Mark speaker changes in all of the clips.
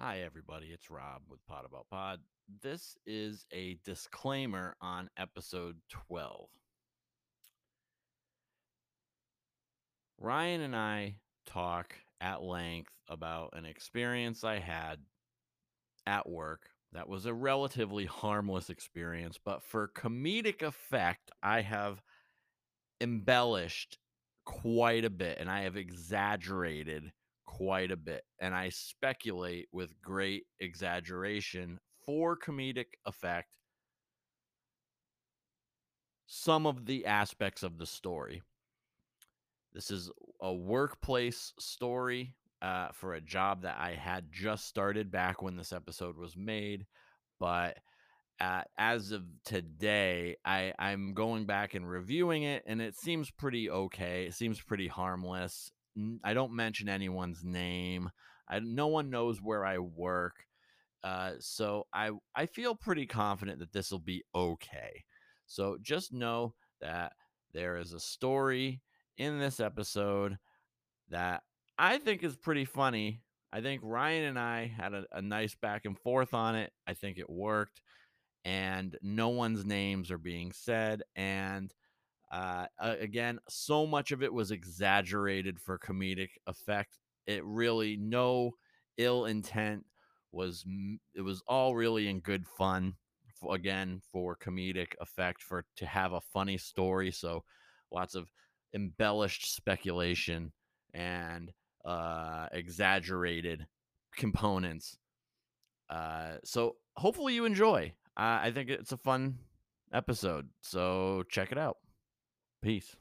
Speaker 1: Hi, everybody. It's Rob with Pod About Pod. This is a disclaimer on episode 12. Ryan and I talk at length about an experience I had at work that was a relatively harmless experience, but for comedic effect, I have embellished quite a bit and I have exaggerated quite a bit. And I speculate with great exaggeration for comedic effect some of the aspects of the story. This is a workplace story uh, for a job that I had just started back when this episode was made. But uh, as of today, I, I'm going back and reviewing it, and it seems pretty okay. It seems pretty harmless n- I don't mention anyone's name. I no one knows where I work. Uh, so I I feel pretty confident that this will be okay. So just know that there is a story in this episode that I think is pretty funny. I think Ryan and I had a, a nice back and forth on it. I think it worked, and no one's names are being said. And uh, a- again, so much of it was exaggerated for comedic effect. It really no ill intent was. m- It was all really in good fun. f- Again, for comedic effect, for to have a funny story. So, lots of embellished speculation and uh, exaggerated components. Uh, so, hopefully, you enjoy. Uh, I think it's a fun episode. So, check it out. Peace.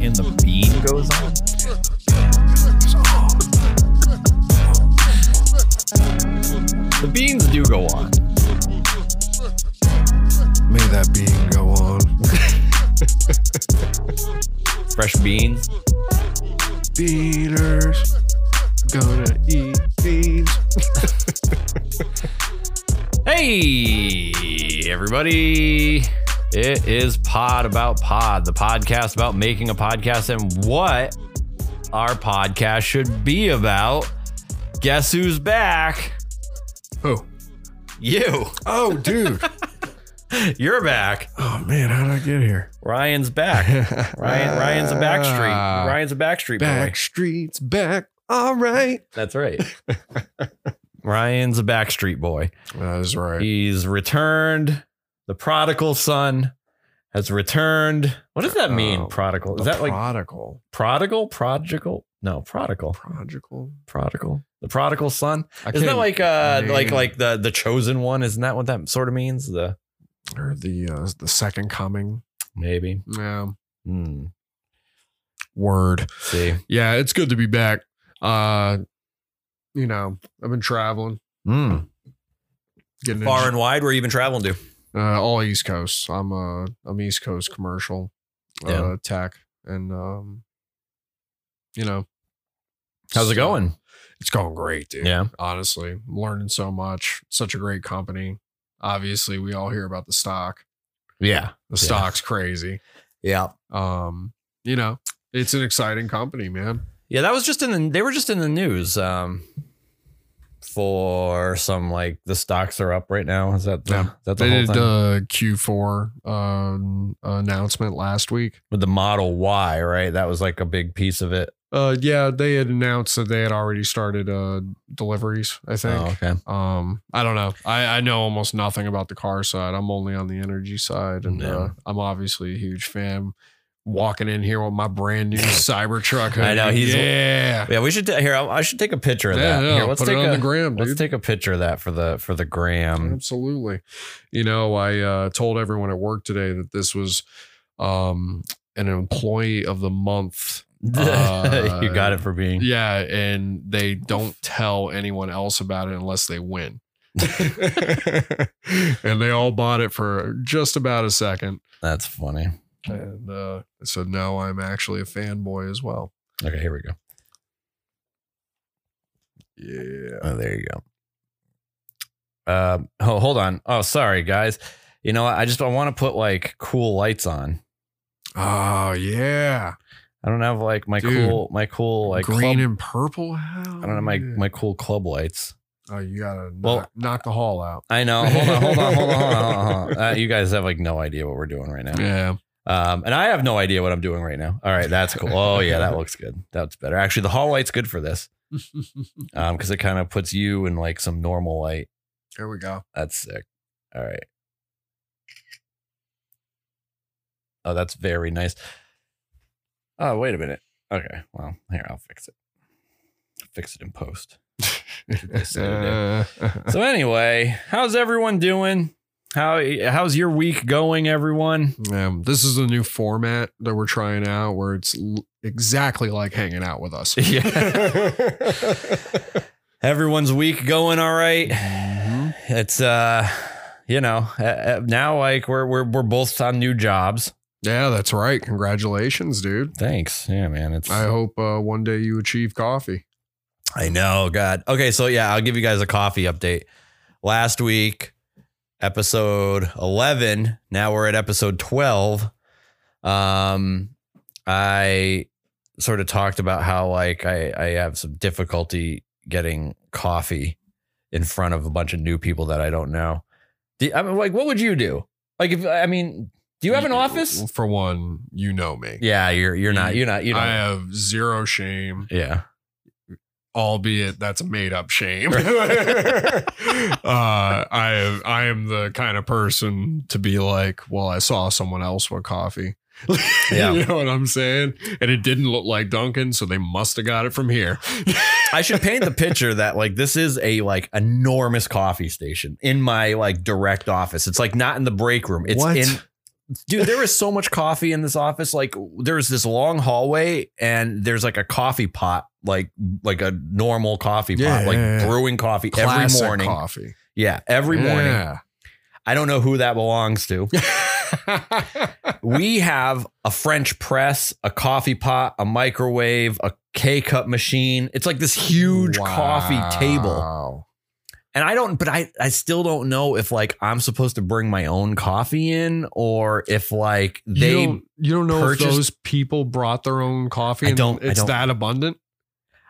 Speaker 2: and the bean goes on. The beans do go on.
Speaker 3: May that being go on.
Speaker 2: Fresh beans.
Speaker 3: Beaners gonna eat beans.
Speaker 2: Hey, everybody. It is Pod About Pod, the podcast about making a podcast and what our podcast should be about. Guess who's back?
Speaker 3: Oh,
Speaker 2: You.
Speaker 3: oh, dude.
Speaker 2: You're back.
Speaker 3: Oh man, how did I get here?
Speaker 2: Ryan's back. Ryan, Ryan's a backstreet.
Speaker 3: Ah,
Speaker 2: Ryan's a backstreet boy.
Speaker 3: Back streets back. All right.
Speaker 2: That's right. Ryan's a backstreet boy.
Speaker 3: That is right.
Speaker 2: He's returned. The prodigal son has returned. What does that mean,
Speaker 3: Oh,
Speaker 2: prodigal? Is
Speaker 3: The
Speaker 2: that like
Speaker 3: prodigal?
Speaker 2: prodigal? Prodigal? No, prodigal.
Speaker 3: Prodigal.
Speaker 2: Prodigal. The prodigal son.
Speaker 3: I
Speaker 2: Isn't that
Speaker 3: can't-
Speaker 2: like uh
Speaker 3: I
Speaker 2: like
Speaker 3: mean,
Speaker 2: like the the chosen one? Isn't that what that sort of means? The
Speaker 3: or the uh, the second coming?
Speaker 2: maybe.
Speaker 3: Yeah.
Speaker 2: Hmm.
Speaker 3: Word.
Speaker 2: See.
Speaker 3: Yeah, it's good to be back. Uh, you know, I've been traveling,
Speaker 2: Hmm.
Speaker 3: getting
Speaker 2: Far and wide, where you been traveling to?
Speaker 3: uh, all East Coast. I'm a I'm East Coast commercial
Speaker 2: Yeah.
Speaker 3: uh, tech, and um, you know,
Speaker 2: How's it
Speaker 3: so-
Speaker 2: going?
Speaker 3: It's going great, dude.
Speaker 2: Yeah.
Speaker 3: honestly, I'm learning so much. Such a great company. Obviously, we all hear about the stock.
Speaker 2: Yeah. Yeah.
Speaker 3: The stock's crazy.
Speaker 2: Yeah.
Speaker 3: Um, you know, it's an exciting company, man.
Speaker 2: Yeah, that was just in the they were just in the news um for some like the stocks are up right now. Is that the,
Speaker 3: Yeah.
Speaker 2: is that the
Speaker 3: They
Speaker 2: whole
Speaker 3: did uh,
Speaker 2: thing
Speaker 3: the Q4 um, announcement last week.
Speaker 2: with the Model Y, right? That was like a big piece of it.
Speaker 3: Uh, yeah, they had announced that they had already started uh deliveries. I think.
Speaker 2: Oh, okay.
Speaker 3: um i don't know i i know almost nothing about the car side i'm only on the energy side and
Speaker 2: Yeah.
Speaker 3: uh, i'm obviously a huge fan walking in here with my brand new cybertruck hoodie.
Speaker 2: I know, he's-
Speaker 3: yeah
Speaker 2: Yeah, we should ta- here. I, I should take a picture of
Speaker 3: yeah,
Speaker 2: that.
Speaker 3: no,
Speaker 2: here, let's
Speaker 3: put
Speaker 2: take
Speaker 3: it on
Speaker 2: a
Speaker 3: the gram
Speaker 2: let's
Speaker 3: dude
Speaker 2: take um, a picture of that for the for the gram.
Speaker 3: absolutely you know i uh told everyone at work today that this was um an employee of the month Uh,
Speaker 2: you got it for being.
Speaker 3: yeah and they don't tell anyone else about it unless they win and they all bought it for just about a second
Speaker 2: That's funny.
Speaker 3: and uh, so now I'm actually a fanboy as well.
Speaker 2: Okay, here we go.
Speaker 3: Yeah.
Speaker 2: Oh, there you go. Um, oh, hold on. Oh, sorry, guys. You know, what? I just I want to put like cool lights on.
Speaker 3: Oh yeah.
Speaker 2: I don't have like my
Speaker 3: Dude.
Speaker 2: cool my cool like
Speaker 3: green
Speaker 2: club-
Speaker 3: and purple. Hell
Speaker 2: I don't have my
Speaker 3: yeah.
Speaker 2: my cool club lights.
Speaker 3: Oh, you gotta
Speaker 2: Well-
Speaker 3: knock, knock the hall out.
Speaker 2: I know. Hold on, hold on, hold on, hold on. Hold on. Uh, you guys have like no idea what we're doing right now.
Speaker 3: Yeah.
Speaker 2: Um, and I have no idea what I'm doing right now. All right, that's cool. Oh yeah, that looks good. That's better. Actually, the hall light's good for this um, because it kind of puts you in like some normal light.
Speaker 3: Here we go.
Speaker 2: That's sick. All right. Oh, that's very nice. Oh, wait a minute. Okay. Well, here, I'll fix it. Fix it in post. this the other so anyway, how's everyone doing? How how's your week going, everyone?
Speaker 3: Um, this is a new format that we're trying out where it's l- exactly like hanging out with us.
Speaker 2: Everyone's week going all right. Mm-hmm.
Speaker 3: Mhm.
Speaker 2: It's uh you know, uh, uh, now like we're we're we're both on new jobs.
Speaker 3: Yeah, that's right. Congratulations, dude.
Speaker 2: Thanks. Yeah, man. It's
Speaker 3: I hope uh, one day you achieve coffee.
Speaker 2: I know, God. Okay, so yeah, I'll give you guys a coffee update. Last week, episode 11. Now we're at episode 12. Um, I sort of talked about how like I I have some difficulty getting coffee in front of a bunch of new people that I don't know. Do, I mean, like, what would you do? Like, if I mean, do you have an office?
Speaker 3: For one, you know me.
Speaker 2: Yeah, you're you're not you're not you
Speaker 3: I
Speaker 2: know.
Speaker 3: have zero shame,
Speaker 2: Yeah.
Speaker 3: albeit that's a made up shame. uh, I am, I am the kind of person to be like, well, I saw someone else with coffee.
Speaker 2: Yeah.
Speaker 3: you know what I'm saying? And it didn't look like Duncan, so they must have got it from here.
Speaker 2: I should paint the picture that like this is a like enormous coffee station in my like direct office. It's like not in the break room. It's
Speaker 3: What?
Speaker 2: in dude, there is so much coffee in this office. Like there's this long hallway and there's like a coffee pot, like like a normal coffee
Speaker 3: Yeah,
Speaker 2: pot, like
Speaker 3: yeah, yeah.
Speaker 2: brewing coffee
Speaker 3: Classic
Speaker 2: every morning.
Speaker 3: coffee
Speaker 2: Yeah, every morning.
Speaker 3: Yeah.
Speaker 2: I don't know who that belongs to. we have a French press, a coffee pot, a microwave, a K cup machine. It's like this huge coffee table.
Speaker 3: Wow.
Speaker 2: and I don't, but I, I still don't know if like I'm supposed to bring my own coffee in or if like
Speaker 3: you
Speaker 2: they,
Speaker 3: don't, you don't know if
Speaker 2: purchased-
Speaker 3: those people brought their own coffee.
Speaker 2: I
Speaker 3: and
Speaker 2: don't- I
Speaker 3: It's
Speaker 2: don't-
Speaker 3: that abundant.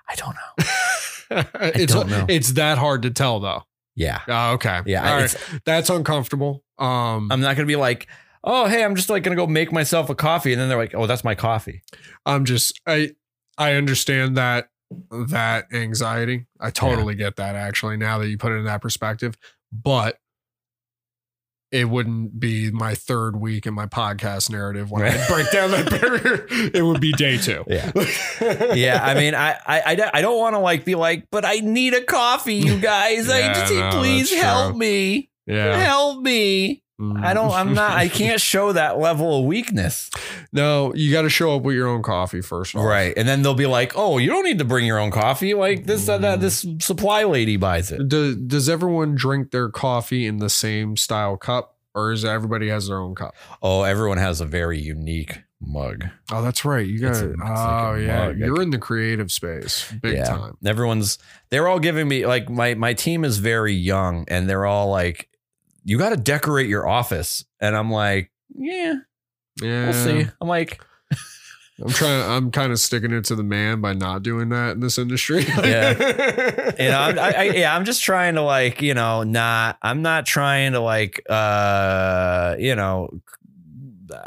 Speaker 2: I don't know.
Speaker 3: it's
Speaker 2: don't know.
Speaker 3: it's that hard to tell though.
Speaker 2: Yeah.
Speaker 3: Oh, okay.
Speaker 2: Yeah.
Speaker 3: All
Speaker 2: I-
Speaker 3: right.
Speaker 2: it's-
Speaker 3: That's uncomfortable. Um,
Speaker 2: I'm not going to be like, oh, hey, I'm just like going to go make myself a coffee. And then they're like, oh, that's my coffee.
Speaker 3: I'm just I I understand that that anxiety. I totally get that actually now that you put it in that perspective. But it wouldn't be my third week in my podcast narrative when I break down that barrier. It would be day two.
Speaker 2: Yeah. Yeah. I mean, I, I, I, don't- I don't want to like be like, but I need a coffee, you guys. I
Speaker 3: Yeah,
Speaker 2: just,
Speaker 3: no, that's
Speaker 2: please
Speaker 3: true.
Speaker 2: help me.
Speaker 3: Yeah. Mm.
Speaker 2: Help me. I don't, I'm not, I can't show that level of weakness.
Speaker 3: No, you got to show up with your own coffee first. off.
Speaker 2: Right. And then they'll be like, oh, you don't need to bring your own coffee. Like this, uh, that, this supply lady buys it.
Speaker 3: Do, does everyone drink their coffee in the same style cup, or is everybody has their own cup?
Speaker 2: Oh, everyone has a very unique mug.
Speaker 3: Oh, that's right. You
Speaker 2: It's
Speaker 3: got.
Speaker 2: a-
Speaker 3: to
Speaker 2: it's like a
Speaker 3: oh, yeah.
Speaker 2: mug. I
Speaker 3: You're in the creative space, big
Speaker 2: Yeah.
Speaker 3: time.
Speaker 2: Everyone's they're all giving me like my my team is very young and they're all like, you got to decorate your office. And I'm like, yeah,
Speaker 3: Yeah,
Speaker 2: we'll see. I'm like,
Speaker 3: I'm trying. I'm kind of sticking it to the man by not doing that in this industry.
Speaker 2: Yeah. you know, I'm, I, I, yeah, I'm just trying to like, you know, not, I'm not trying to like, uh, you know,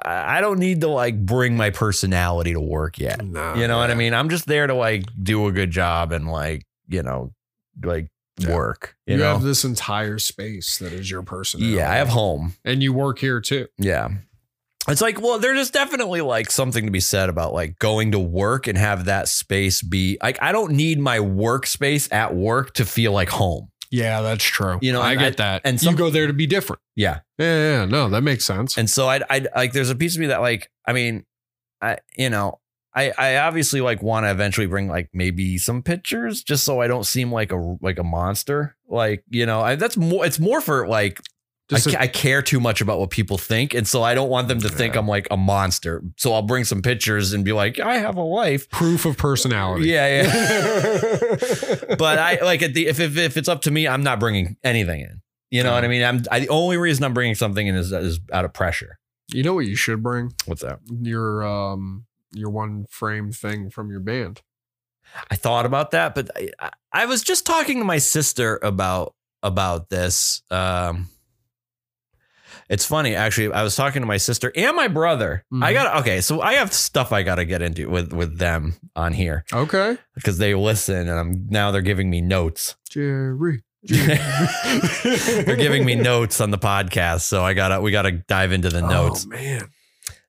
Speaker 2: I I don't need to like bring my personality to work yet.
Speaker 3: Nah,
Speaker 2: You know what I
Speaker 3: yeah.
Speaker 2: mean? I'm just there to like do a good job and like, you know, like
Speaker 3: Yeah.
Speaker 2: work. You,
Speaker 3: You,
Speaker 2: know?
Speaker 3: have this entire space that is your personality.
Speaker 2: yeah, I have home.
Speaker 3: and you work here too.
Speaker 2: Yeah. It's like, well, there's just definitely like something to be said about like going to work and have that space be like I don't need my workspace at work to feel like home.
Speaker 3: Yeah, that's true.
Speaker 2: You know,
Speaker 3: I
Speaker 2: and
Speaker 3: get
Speaker 2: I-
Speaker 3: that.
Speaker 2: and
Speaker 3: And
Speaker 2: some-
Speaker 3: you go there to be different.
Speaker 2: Yeah.
Speaker 3: Yeah, yeah, yeah. no, that makes sense.
Speaker 2: And so I I like there's a piece of me that like I mean, I you know, I I obviously like want to eventually bring like maybe some pictures just so I don't seem like a like a monster. Like, you know, I, that's more it's more for like I,
Speaker 3: Just
Speaker 2: ca- I care too much about what people think, and so I don't want them to think
Speaker 1: Yeah.
Speaker 2: I'm like a monster. So I'll bring some pictures and be like, I have a life.
Speaker 3: a proof of personality.
Speaker 2: Yeah, yeah. but uh, I like at the if, if if it's up to me, I'm not bringing anything in. You know what I mean? I'm I, the only reason I'm bringing something in is is out of pressure.
Speaker 3: You know what you should bring?
Speaker 2: What's that?
Speaker 3: Your um your one frame thing from your band.
Speaker 2: I thought about that, but I- I, I was just talking to my sister about about this. Um, it's funny, actually. I was talking to my sister and my brother. I
Speaker 3: Mhm.
Speaker 2: got okay, so I have stuff I got to get into with with them on here
Speaker 3: Okay.
Speaker 2: because they listen, and I'm now they're giving me notes.
Speaker 3: Jerry.
Speaker 2: they're giving me notes on the podcast, so I gotta we gotta dive into the notes.
Speaker 3: Oh man.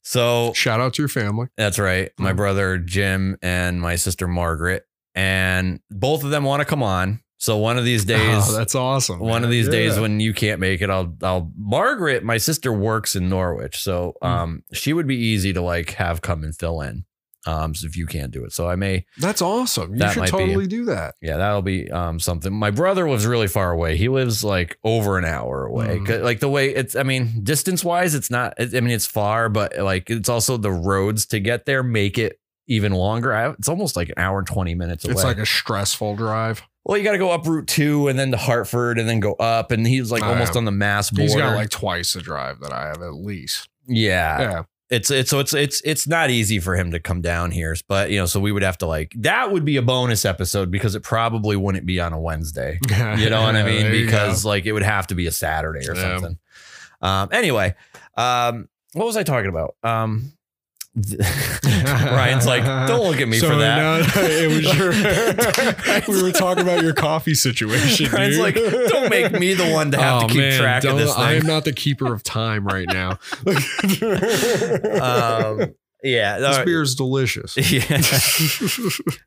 Speaker 2: So
Speaker 3: Shout out to your family.
Speaker 2: That's right. My
Speaker 3: Mm.
Speaker 2: brother Jim and my sister Margaret, and both of them want to come on. So one of these days,
Speaker 3: Oh, that's awesome.
Speaker 2: one of
Speaker 3: man.
Speaker 2: these days
Speaker 3: Yeah.
Speaker 2: when you can't make it, I'll, I'll. Margaret, my sister works in Norwich, so
Speaker 3: Mm.
Speaker 2: um, she would be easy to like have come and fill in. Um, so if you can't do it, so I may,
Speaker 3: that's awesome. You
Speaker 2: That
Speaker 3: should
Speaker 2: might be-
Speaker 3: totally do that.
Speaker 2: yeah, that'll be um something. My brother lives really far away. He lives like over an hour away.
Speaker 3: Mm.
Speaker 2: 'Cause, Like the way it's, I mean, distance wise, it's not. it- I mean, it's far, but like it's also the roads to get there make it even longer. I, it's almost like an hour and twenty minutes away.
Speaker 3: It's like a stressful drive.
Speaker 2: well, you got to go up Route Two and then to Hartford and then go up, and he's like
Speaker 3: Oh,
Speaker 2: almost
Speaker 3: yeah.
Speaker 2: on the Mass border.
Speaker 3: He's got like twice the drive that I have at least.
Speaker 2: yeah,
Speaker 3: Yeah.
Speaker 2: it's it's so it's it's it's not easy for him to come down here but you know so we would have to like that would be a bonus episode because it probably wouldn't be on a wednesday you know what i mean
Speaker 3: There you go.
Speaker 2: because like it would have to be a saturday or
Speaker 3: Yeah.
Speaker 2: something um anyway um what was i talking about um ryan's like don't look at me
Speaker 3: So
Speaker 2: for that
Speaker 3: now- it was your. we were talking about your coffee situation.
Speaker 2: Ryan's
Speaker 3: dude. Oh,
Speaker 2: like, "Don't make me the one to have to keep track of
Speaker 3: don't-
Speaker 2: this
Speaker 3: I
Speaker 2: thing."
Speaker 3: am not the keeper of time right now. Uh,
Speaker 2: um yeah
Speaker 3: this
Speaker 2: all right.
Speaker 3: beer is delicious.
Speaker 2: yeah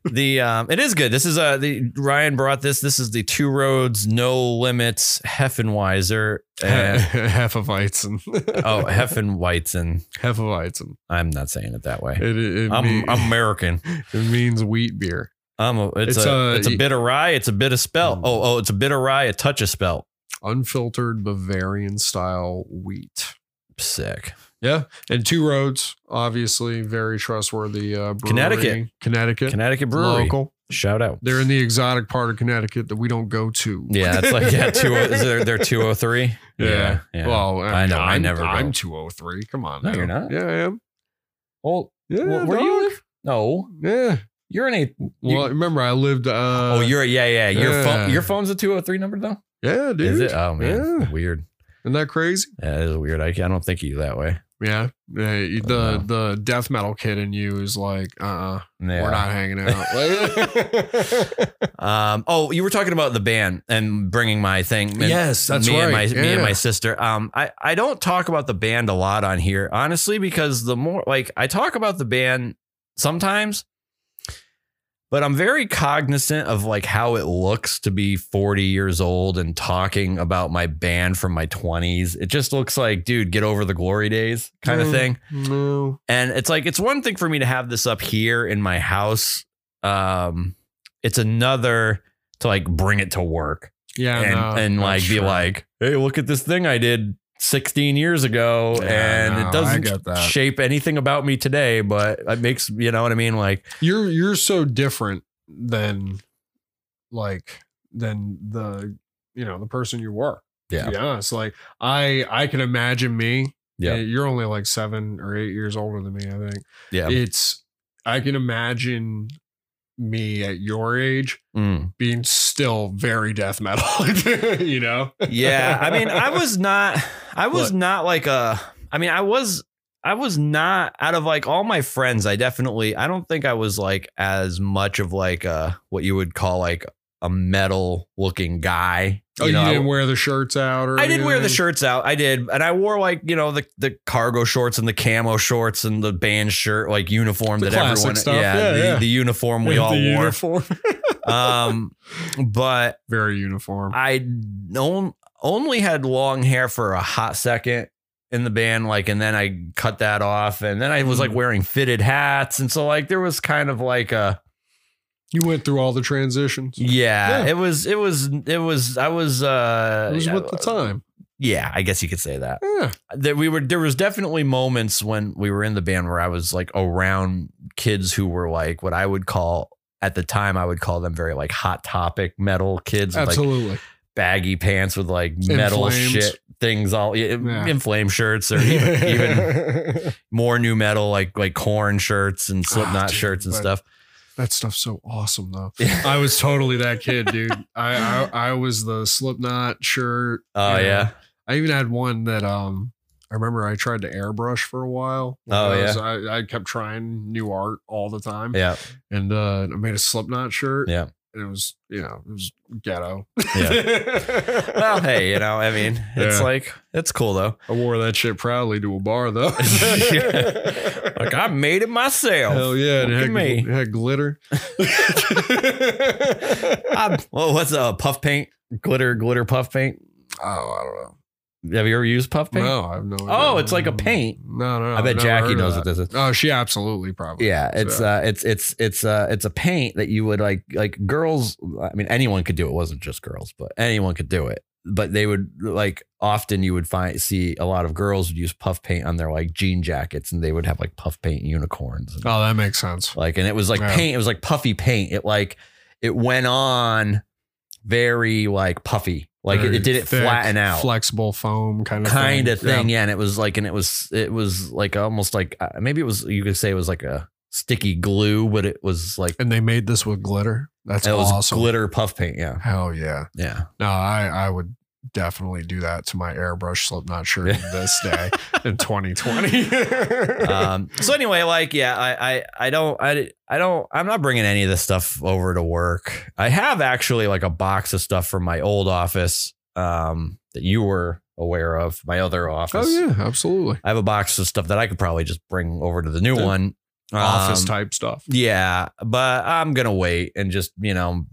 Speaker 2: the um it is good this is uh the ryan brought this this is the two roads no limits heffenweiser and,
Speaker 3: Hefeweizen.
Speaker 2: oh heffenweizen
Speaker 3: Hefeweizen.
Speaker 2: i'm not saying it that way
Speaker 3: It, it, it
Speaker 2: i'm,
Speaker 3: mean-
Speaker 2: I'm american
Speaker 3: it means wheat beer.
Speaker 2: i'm a, it's,
Speaker 3: It's uh, Hmm.
Speaker 2: a,
Speaker 3: a-
Speaker 2: it's a bit of rye it's a bit of spelt oh oh it's a bit of rye a touch of spelt
Speaker 3: Unfiltered Bavarian style wheat.
Speaker 2: sick
Speaker 3: Yeah. And Two Roads, obviously, very trustworthy uh, brewery.
Speaker 2: Connecticut.
Speaker 3: Connecticut.
Speaker 2: connecticut brewery
Speaker 3: Local.
Speaker 2: shout out
Speaker 3: They're in the exotic part of Connecticut that we don't go to.
Speaker 2: yeah it's like yeah two oh, is there, they're 203
Speaker 3: Yeah.
Speaker 2: yeah
Speaker 3: Well, I,
Speaker 2: I know,
Speaker 3: know.
Speaker 2: I
Speaker 3: I'm,
Speaker 2: never go.
Speaker 3: I'm 203. Come on.
Speaker 2: No,
Speaker 3: now.
Speaker 2: you're not.
Speaker 3: Yeah, I am.
Speaker 2: well
Speaker 3: Yeah.
Speaker 2: wh- where do you
Speaker 3: dog.
Speaker 2: live no
Speaker 3: Yeah.
Speaker 2: you're in a
Speaker 3: Well, remember, I lived. Uh,
Speaker 2: oh you're yeah yeah your
Speaker 3: yeah.
Speaker 2: phone your phone's a 203 number though
Speaker 3: Yeah, dude.
Speaker 2: Is it? Oh man,
Speaker 3: Yeah.
Speaker 2: weird.
Speaker 3: Isn't that crazy?
Speaker 2: Yeah, that is weird. I, I don't think of you that way.
Speaker 3: Yeah. Yeah, you-
Speaker 2: I
Speaker 3: the
Speaker 2: don't
Speaker 3: the death metal kid in you is like, uh, uh
Speaker 2: Yeah.
Speaker 3: we're not hanging out.
Speaker 2: Um. Oh, you were talking about the band and bringing my thing. And
Speaker 3: Yes, that's
Speaker 2: me And my,
Speaker 3: right.
Speaker 2: Me and my
Speaker 3: Yeah.
Speaker 2: sister. Um. I I don't talk about the band a lot on here, honestly, because the more like I talk about the band sometimes, but I'm very cognizant of like how it looks to be 40 years old and talking about my band from my 20s. It just looks like, dude, get over the glory days kind of
Speaker 3: Mm.
Speaker 2: thing.
Speaker 3: no.
Speaker 2: And it's like it's one thing for me to have this up here in my house. Um, it's another to like bring it to work
Speaker 3: Yeah.
Speaker 2: and,
Speaker 3: no,
Speaker 2: and
Speaker 3: no,
Speaker 2: like
Speaker 3: sure.
Speaker 2: be like, hey, look at this thing I did 16 years ago,
Speaker 3: Yeah,
Speaker 2: and
Speaker 3: no, I
Speaker 2: it doesn't
Speaker 3: get that.
Speaker 2: shape anything about me today, but it makes you know what I mean. Like,
Speaker 3: you're you're so different than like than the you know the person you were.
Speaker 2: Yeah.
Speaker 3: To be honest, like I I can imagine me.
Speaker 2: Yeah.
Speaker 3: You're only like seven or eight years older than me, I think.
Speaker 2: yeah,
Speaker 3: It's I can imagine me at your age
Speaker 2: Mm.
Speaker 3: being still very death metal, you know?
Speaker 2: yeah. I mean, I was not, I was
Speaker 3: Look.
Speaker 2: not like a. I mean, I was. I was not out of like all my friends. I definitely, I don't think I was like as much of like a what you would call like a metal looking guy.
Speaker 3: Oh, you,
Speaker 2: know, I-
Speaker 3: didn't wear the shirts out, or
Speaker 2: I did wear the
Speaker 3: anything?
Speaker 2: shirts out. I did, and I wore like you know the the cargo shorts and the camo shorts and the band shirt like uniform
Speaker 3: The
Speaker 2: that
Speaker 3: classic
Speaker 2: everyone
Speaker 3: stuff.
Speaker 2: Yeah,
Speaker 3: Yeah,
Speaker 2: the,
Speaker 3: yeah.
Speaker 2: the uniform we
Speaker 3: With
Speaker 2: all
Speaker 3: the
Speaker 2: wore.
Speaker 3: uniform.
Speaker 2: um, but
Speaker 3: very uniform.
Speaker 2: I on- only had long hair for a hot second in the band, like, and then I cut that off, and then I was like
Speaker 3: Mhm.
Speaker 2: wearing fitted hats, and so like there was kind of like a
Speaker 3: you went through all the transitions.
Speaker 2: yeah,
Speaker 3: Yeah.
Speaker 2: it was it was it was I was uh
Speaker 3: it was with the time.
Speaker 2: Yeah, I guess you could say that.
Speaker 3: Yeah.
Speaker 2: That we were there was definitely moments when we were in the band where I was like around kids who were like what I would call at the time I would call them very like hot topic metal kids with, like
Speaker 3: Absolutely.
Speaker 2: baggy pants with like metal
Speaker 3: Inflamed.
Speaker 2: shit things all yeah,
Speaker 3: Yeah.
Speaker 2: in flame shirts or even, even more new metal like like corn shirts and slipknot
Speaker 3: Ah, dude,
Speaker 2: shirts and
Speaker 3: but-
Speaker 2: stuff.
Speaker 3: that stuff's so awesome though. I was totally that kid, dude. I I, I was the Slipknot shirt.
Speaker 2: Oh
Speaker 3: you know.
Speaker 2: yeah.
Speaker 3: I even had one that um I remember I tried to airbrush for a while.
Speaker 2: Oh,
Speaker 3: I, I, I kept trying new art all the time,
Speaker 2: Yeah.
Speaker 3: and uh, I made a Slipknot shirt.
Speaker 2: Yeah.
Speaker 3: and it was you know it was ghetto.
Speaker 2: Well, hey, you know, I mean, it's
Speaker 3: Yeah.
Speaker 2: like it's cool though.
Speaker 3: I wore that shit proudly to a bar though.
Speaker 2: Yeah. Like I made it myself.
Speaker 3: Hell yeah! and
Speaker 2: Look at
Speaker 3: It had,
Speaker 2: me.
Speaker 3: it had glitter.
Speaker 2: I'm, well, what's uh, puff paint? Glitter, glitter puff paint.
Speaker 3: Oh, I don't know.
Speaker 2: Have you ever used puff paint?
Speaker 3: No, I have no. idea.
Speaker 2: Oh, it's like a paint.
Speaker 3: No, no.
Speaker 2: I bet
Speaker 3: I've never heard
Speaker 2: Jackie
Speaker 3: of
Speaker 2: knows
Speaker 3: that.
Speaker 2: what this is.
Speaker 3: Oh, she absolutely probably.
Speaker 2: Yeah, it's
Speaker 3: So-
Speaker 2: uh, it's it's it's uh, it's a paint that you would like like girls. I mean, anyone could do it. it. wasn't just girls, but anyone could do it. But they would like often you would find see a lot of girls would use puff paint on their like jean jackets, and they would have like puff paint unicorns. And,
Speaker 3: Oh, that makes sense.
Speaker 2: like and it was like
Speaker 3: Yeah.
Speaker 2: paint it was like puffy paint it like it went on very like puffy like it,
Speaker 3: Very
Speaker 2: it did it
Speaker 3: thick,
Speaker 2: flatten out
Speaker 3: Flexible foam kind of
Speaker 2: kind of
Speaker 3: Yeah.
Speaker 2: thing yeah. and it was like and it was it was like almost like uh, maybe it was you could say it was like a sticky glue but it was like
Speaker 3: And they made this with glitter. That's
Speaker 2: it was
Speaker 3: awesome.
Speaker 2: glitter puff paint yeah
Speaker 3: Hell yeah!
Speaker 2: yeah
Speaker 3: No, I I would definitely do that to my airbrush Slipknot shirt this day in 2020.
Speaker 2: um so anyway like yeah I, I i don't i i don't i'm not bringing any of this stuff over to work i have actually like a box of stuff from my old office um that you were aware of my other office
Speaker 3: oh yeah, absolutely.
Speaker 2: i have a box of stuff that i could probably just bring over to the new
Speaker 3: Yeah.
Speaker 2: one
Speaker 3: Office
Speaker 2: Um,
Speaker 3: type stuff.
Speaker 2: yeah but i'm gonna wait and just you know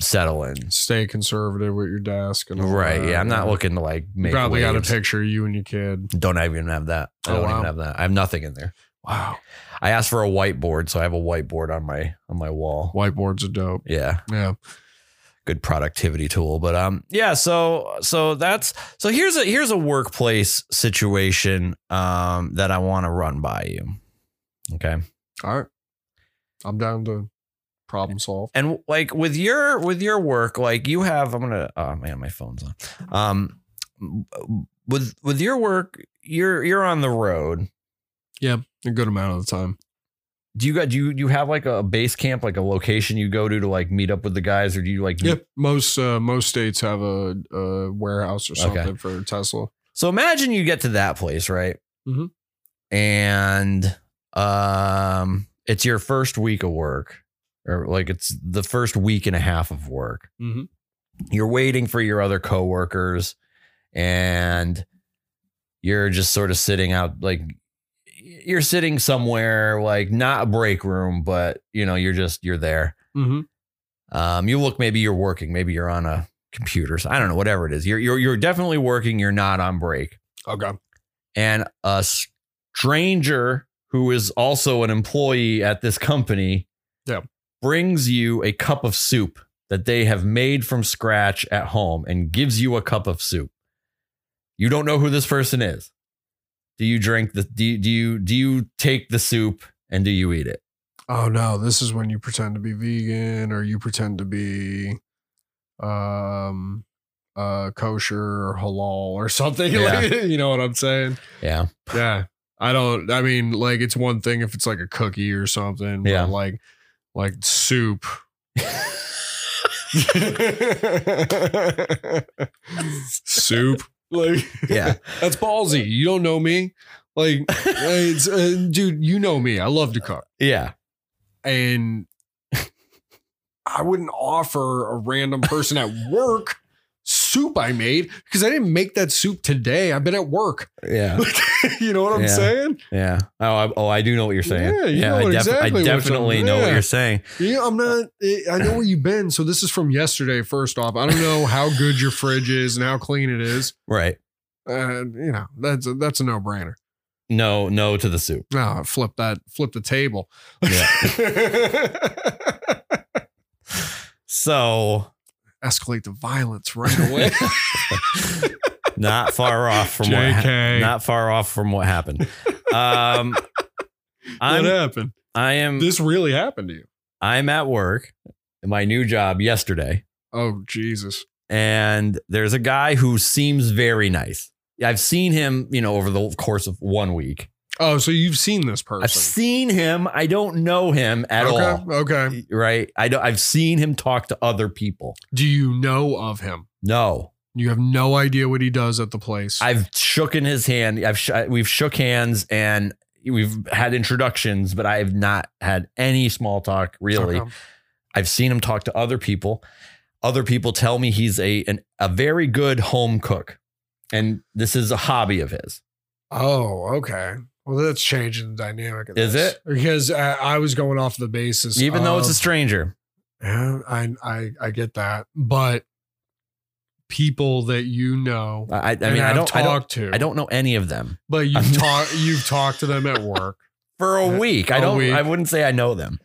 Speaker 2: settle in
Speaker 3: Stay conservative with your desk and all
Speaker 2: right
Speaker 3: that.
Speaker 2: yeah i'm not looking to like
Speaker 3: You
Speaker 2: make
Speaker 3: probably got a
Speaker 2: waves.
Speaker 3: picture of you and your kid.
Speaker 2: don't even have that i
Speaker 3: Oh,
Speaker 2: don't
Speaker 3: wow.
Speaker 2: even have that i have nothing in there
Speaker 3: Wow,
Speaker 2: I asked for a whiteboard, so I have a whiteboard on my on my wall.
Speaker 3: whiteboards are dope.
Speaker 2: Yeah,
Speaker 3: Yeah,
Speaker 2: good productivity tool. But um, yeah. So so that's so here's a here's a workplace situation um that I want to run by you. Okay,
Speaker 3: all right. I'm down to problem solve.
Speaker 2: and like with your with your work, like you have, I'm gonna. Oh man, my phone's on. Um, with with your work, you're you're on the road.
Speaker 3: A good amount of the time.
Speaker 2: Do you got do you do you have like a base camp, like a location you go to to like meet up with the guys, or do you like
Speaker 3: Yep. Most uh, most states have a, a warehouse or
Speaker 2: Okay.
Speaker 3: something for Tesla.
Speaker 2: So imagine you get to that place, right?
Speaker 3: Mhm.
Speaker 2: And um, it's your first week of work, or like it's the first week and a half of work.
Speaker 3: Mhm.
Speaker 2: You're waiting for your other coworkers, and you're just sort of sitting out, like you're sitting somewhere, like not a break room, but you know, you're just you're there.
Speaker 3: Mm-hmm.
Speaker 2: Um, you look, maybe you're working, maybe you're on a computer. So I don't know, whatever it is. You're you're you're definitely working. You're not on break
Speaker 3: Okay.
Speaker 2: and a stranger who is also an employee at this company
Speaker 3: Yeah.
Speaker 2: brings you a cup of soup that they have made from scratch at home and gives you a cup of soup. You don't know who this person is. Do you drink the do you do you, do you take the soup and do you eat it?
Speaker 3: Oh no, this is when you pretend to be vegan or you pretend to be um uh kosher or halal or something.
Speaker 2: Yeah.
Speaker 3: Like, you know what I'm saying?
Speaker 2: Yeah.
Speaker 3: Yeah. I don't I mean like it's one thing if it's like a cookie or something,
Speaker 2: Yeah.
Speaker 3: but like like soup. soup. Like
Speaker 2: Yeah.
Speaker 3: That's ballsy. You don't know me. Like, it's, uh, dude, you know me. I love to cook.
Speaker 2: yeah.
Speaker 3: And I wouldn't offer a random person at work soup I made because I didn't make that soup today. I've been at work.
Speaker 2: Yeah.
Speaker 3: you know what I'm
Speaker 2: Yeah.
Speaker 3: saying?
Speaker 2: Yeah. Oh, I, oh, I do know what you're saying.
Speaker 3: Yeah, you know
Speaker 2: I,
Speaker 3: exactly
Speaker 2: I
Speaker 3: what you're-
Speaker 2: definitely know what
Speaker 3: yeah.
Speaker 2: you're saying.
Speaker 3: Yeah, I'm not, eh, I know where you've been. So this is from yesterday, first off. I don't know how good your fridge is and how clean it is.
Speaker 2: Right.
Speaker 3: Uh, you know, that's a, that's a no brainer.
Speaker 2: No, no to the soup.
Speaker 3: No, flip that, flip the table.
Speaker 2: So
Speaker 3: Escalate the violence right away.
Speaker 2: Not far off from what
Speaker 3: JK.
Speaker 2: happened. Not far off from what happened. Um,
Speaker 3: What
Speaker 2: I'm,
Speaker 3: happened?
Speaker 2: I am
Speaker 3: This really happened to you.
Speaker 2: I'm at work, in my new job yesterday,
Speaker 3: Oh Jesus!
Speaker 2: and there's a guy who seems very nice. I've seen him, you know, over the course of one week.
Speaker 3: Oh, so you've seen this person?
Speaker 2: I've seen him. I don't know him at
Speaker 3: okay,
Speaker 2: all.
Speaker 3: okay.
Speaker 2: Right? I don't, I've seen him talk to other people.
Speaker 3: Do you know of him?
Speaker 2: No,
Speaker 3: You have no idea what he does at the place.
Speaker 2: I've shooken his hand. I've sh- we've shook hands and we've had introductions, but I've not had any small talk really.
Speaker 3: Okay.
Speaker 2: I've seen him talk to other people. Other people tell me he's a an, a very good home cook, and this is a hobby of his.
Speaker 3: Oh, okay. Well, that's changing the dynamic. Of
Speaker 2: Is
Speaker 3: this.
Speaker 2: it?
Speaker 3: Because I, I was going off the basis,
Speaker 2: Even though it's a
Speaker 3: of-
Speaker 2: stranger,
Speaker 3: Yeah, I, I I get that, but people that you know,
Speaker 2: I, I
Speaker 3: and
Speaker 2: mean, I
Speaker 3: have
Speaker 2: don't, I don't,
Speaker 3: talked to,
Speaker 2: I don't know any of them
Speaker 3: But
Speaker 2: I'm-
Speaker 3: you've talked, you've talked to them at work.
Speaker 2: for a
Speaker 3: Uh,
Speaker 2: week. I
Speaker 3: a
Speaker 2: don't,
Speaker 3: week.
Speaker 2: I wouldn't say I know them.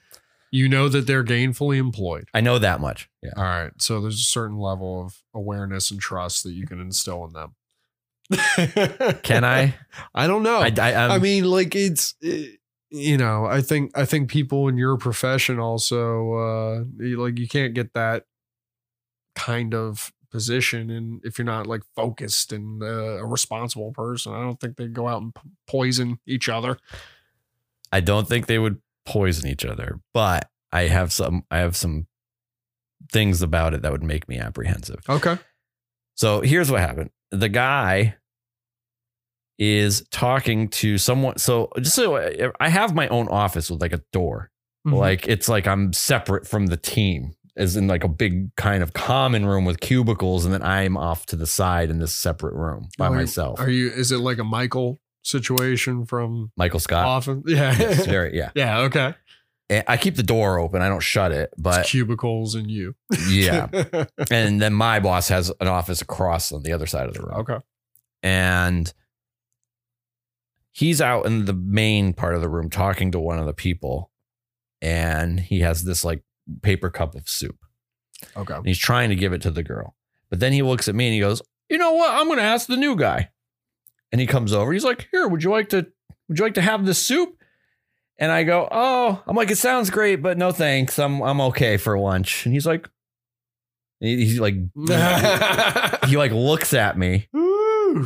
Speaker 3: You know that they're gainfully employed.
Speaker 2: I know that much. Yeah.
Speaker 3: All right, so there's a certain level of awareness and trust that you can instill in them.
Speaker 2: Can I?
Speaker 3: I don't know.
Speaker 2: I, I, um,
Speaker 3: I mean, like it's it- you know, I think I think people in your profession also uh you- like you can't get that kind of position and if you're not like focused and uh, a responsible person i don't think they go out and p- poison each other
Speaker 2: I don't think they would poison each other, but I have some, I have some things about it that would make me apprehensive.
Speaker 3: okay
Speaker 2: So here's what happened. The guy is talking to someone. So just so I have my own office with like a door.
Speaker 3: Mm-hmm.
Speaker 2: Like it's like I'm separate from the team, as in like a big kind of common room with cubicles, and then I'm off to the side in this separate room by
Speaker 3: Are you-
Speaker 2: myself.
Speaker 3: are you is it like a michael situation from
Speaker 2: Michael Scott.
Speaker 3: often yeah
Speaker 2: Uh, Yes, very yeah.
Speaker 3: yeah okay
Speaker 2: And I keep the door open. I don't shut it,
Speaker 3: it's
Speaker 2: but
Speaker 3: cubicles and you
Speaker 2: yeah. And then my boss has an office across on the other side of the room.
Speaker 3: okay
Speaker 2: and he's out in the main part of the room talking to one of the people and he has this like paper cup of soup
Speaker 3: okay
Speaker 2: and he's trying to give it to the girl but then he looks at me and he goes you know what i'm going to ask the new guy and he comes over he's like here would you like to would you like to have this soup and i go oh i'm like it sounds great but no thanks i'm i'm okay for lunch and he's like he- he's like he like looks at me
Speaker 3: Ooh.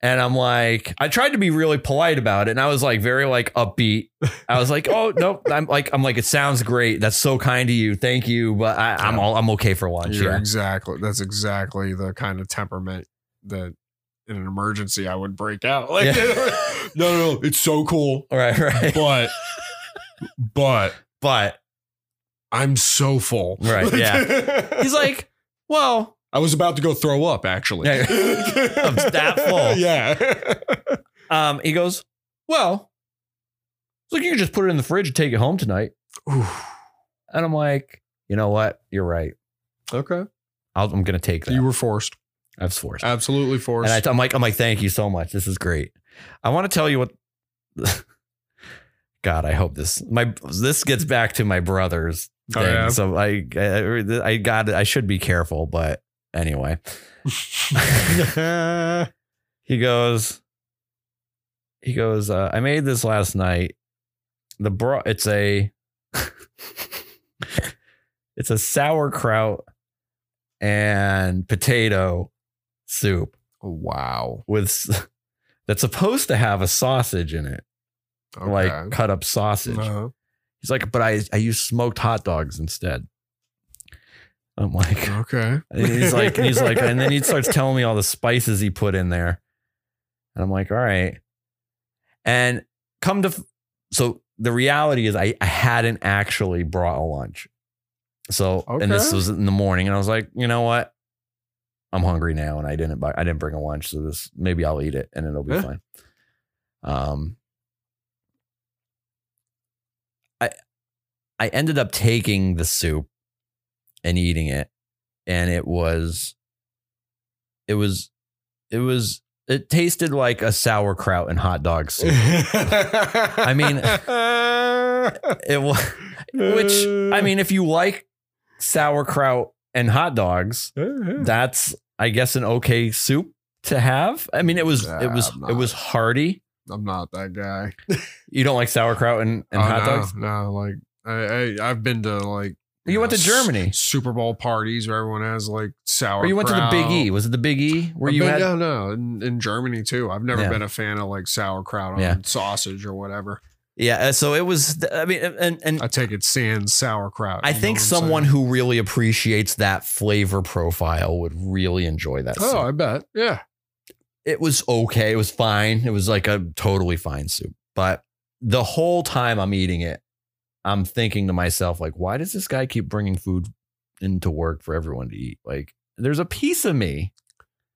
Speaker 2: and I'm like, I tried to be really polite about it, and I was like very like upbeat. I was like, oh no, I'm like, I'm like, it sounds great. That's so kind of you, thank you, but I, I'm all, I'm okay for lunch.
Speaker 3: You're
Speaker 2: Yeah.
Speaker 3: exactly. That's exactly the kind of temperament that in an emergency I would break out. Like,
Speaker 2: Yeah.
Speaker 3: no, no, no, it's so cool,
Speaker 2: All right, right,
Speaker 3: but, but
Speaker 2: but
Speaker 3: I'm so full.
Speaker 2: Right,
Speaker 3: Yeah.
Speaker 2: he's like, well,
Speaker 3: I was about to go throw up. Actually,
Speaker 2: Yeah. I'm that full.
Speaker 3: Yeah.
Speaker 2: um, he goes, well, look, you can just put it in the fridge and take it home tonight.
Speaker 3: Ooh.
Speaker 2: And I'm like, you know what, you're right.
Speaker 3: Okay.
Speaker 2: I'll, I'm gonna take that.
Speaker 3: You were forced.
Speaker 2: I've forced.
Speaker 3: Absolutely forced.
Speaker 2: And I, am like, I'm like, thank you so much. This is great. I want to tell you what. God, I hope this my this gets back to my brother's
Speaker 3: Oh,
Speaker 2: thing.
Speaker 3: yeah?
Speaker 2: So I, I I got I should be careful, but anyway, Uh, he goes. He goes. Uh, I made this last night. The bro, it's a, it's a sauerkraut and potato soup
Speaker 3: wow.
Speaker 2: with s- that's supposed to have a sausage in it,
Speaker 3: Okay.
Speaker 2: like cut up sausage.
Speaker 3: Uh-huh.
Speaker 2: He's like, but I I use smoked hot dogs instead. I'm like,
Speaker 3: okay.
Speaker 2: and he's like, he's like, and then he starts telling me all the spices he put in there, and I'm like, all right. And come to, f- so the reality is, I, I hadn't actually brought a lunch, so and this
Speaker 3: Okay.
Speaker 2: was in the morning, and I was like, you know what, I'm hungry now, and I didn't buy, I didn't bring a lunch, so this maybe I'll eat it, and it'll be
Speaker 3: Yeah.
Speaker 2: fine. Um, I I ended up taking the soup and eating it, and it was it was it was it tasted like a sauerkraut and hot dog soup.
Speaker 3: I
Speaker 2: mean- it was, which I mean, if you like sauerkraut and hot dogs,
Speaker 3: mean,
Speaker 2: that's I guess an okay soup to have. I mean, it was it
Speaker 3: Yeah,
Speaker 2: was
Speaker 3: I'm
Speaker 2: it was hearty.
Speaker 3: I'm not that guy.
Speaker 2: You don't like sauerkraut and, and
Speaker 3: Oh,
Speaker 2: hot
Speaker 3: no,
Speaker 2: dogs.
Speaker 3: No, like I, I I've been to like
Speaker 2: You went to
Speaker 3: s-
Speaker 2: Germany.
Speaker 3: Super Bowl parties where everyone has like sour.
Speaker 2: Or you went to the Big E. Was it the Big E where you had?
Speaker 3: no, no, in, in Germany too. I've never
Speaker 2: Yeah.
Speaker 3: been a fan of like sauerkraut on
Speaker 2: Yeah.
Speaker 3: sausage or whatever.
Speaker 2: Yeah. uh, So it was. I mean, and and
Speaker 3: I take it sans sauerkraut.
Speaker 2: I
Speaker 3: you know
Speaker 2: think
Speaker 3: what I'm
Speaker 2: someone
Speaker 3: saying?
Speaker 2: who really appreciates that flavor profile would really enjoy that.
Speaker 3: Oh,
Speaker 2: soup.
Speaker 3: I bet. Yeah.
Speaker 2: It was okay. It was fine. It was like a totally fine soup. But the whole time I'm eating it, I'm thinking to myself, like, why does this guy keep bringing food into work for everyone to eat? Like, there's a piece of me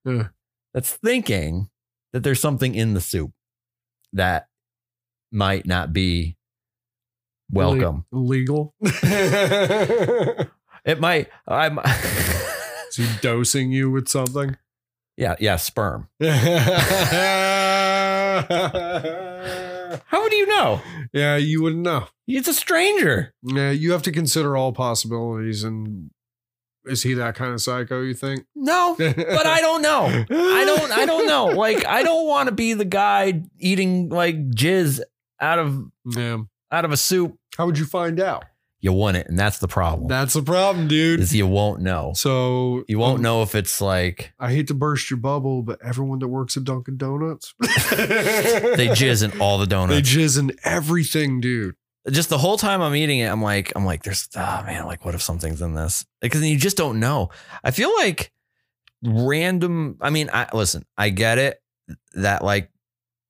Speaker 3: Yeah.
Speaker 2: that's thinking that there's something in the soup that might not be
Speaker 3: Really?
Speaker 2: welcome.
Speaker 3: Legal. Is
Speaker 2: It might. I'm.
Speaker 3: he dosing you with something?
Speaker 2: yeah. Yeah. Sperm.
Speaker 3: yeah,
Speaker 2: How do you know?
Speaker 3: you wouldn't know.
Speaker 2: It's a stranger.
Speaker 3: Yeah, you have to consider all possibilities. And is he that kind of psycho? You think?
Speaker 2: No, but I don't know. I don't. I don't know. Like I don't want to be the guy eating like jizz out of
Speaker 3: Yeah.
Speaker 2: out of a soup.
Speaker 3: How would you find out?
Speaker 2: You want it, and that's the problem.
Speaker 3: That's the problem, dude.
Speaker 2: Is you won't know.
Speaker 3: So
Speaker 2: You won't
Speaker 3: um,
Speaker 2: know if it's like
Speaker 3: I hate to burst your bubble, but everyone that works at Dunkin' Donuts,
Speaker 2: they
Speaker 3: they
Speaker 2: jizz in all the
Speaker 3: They
Speaker 2: donuts.
Speaker 3: jizz in everything, dude.
Speaker 2: just the whole time I'm eating it, I'm like, I'm like, there's, ah, man, like, what if something's in this? Because you just don't know. I feel like random. I mean, I listen, I get it that like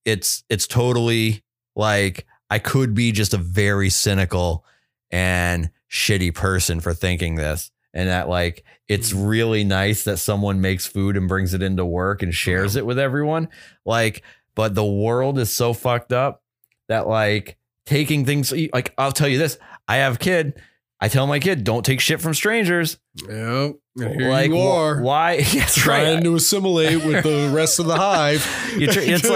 Speaker 2: it's, it's totally like I could be just a very cynical and shitty person for thinking this. And that like it's really nice that someone makes food and brings it into work and shares it with everyone. Like, but the world is so fucked up that like taking things e, like I'll tell you this. I have a kid. I tell my kid, don't take shit from strangers.
Speaker 3: Yep. And here
Speaker 2: like
Speaker 3: you
Speaker 2: wh-
Speaker 3: are
Speaker 2: why? That's
Speaker 3: trying
Speaker 2: right.
Speaker 3: to assimilate with the rest of the hive.
Speaker 2: You tr- it's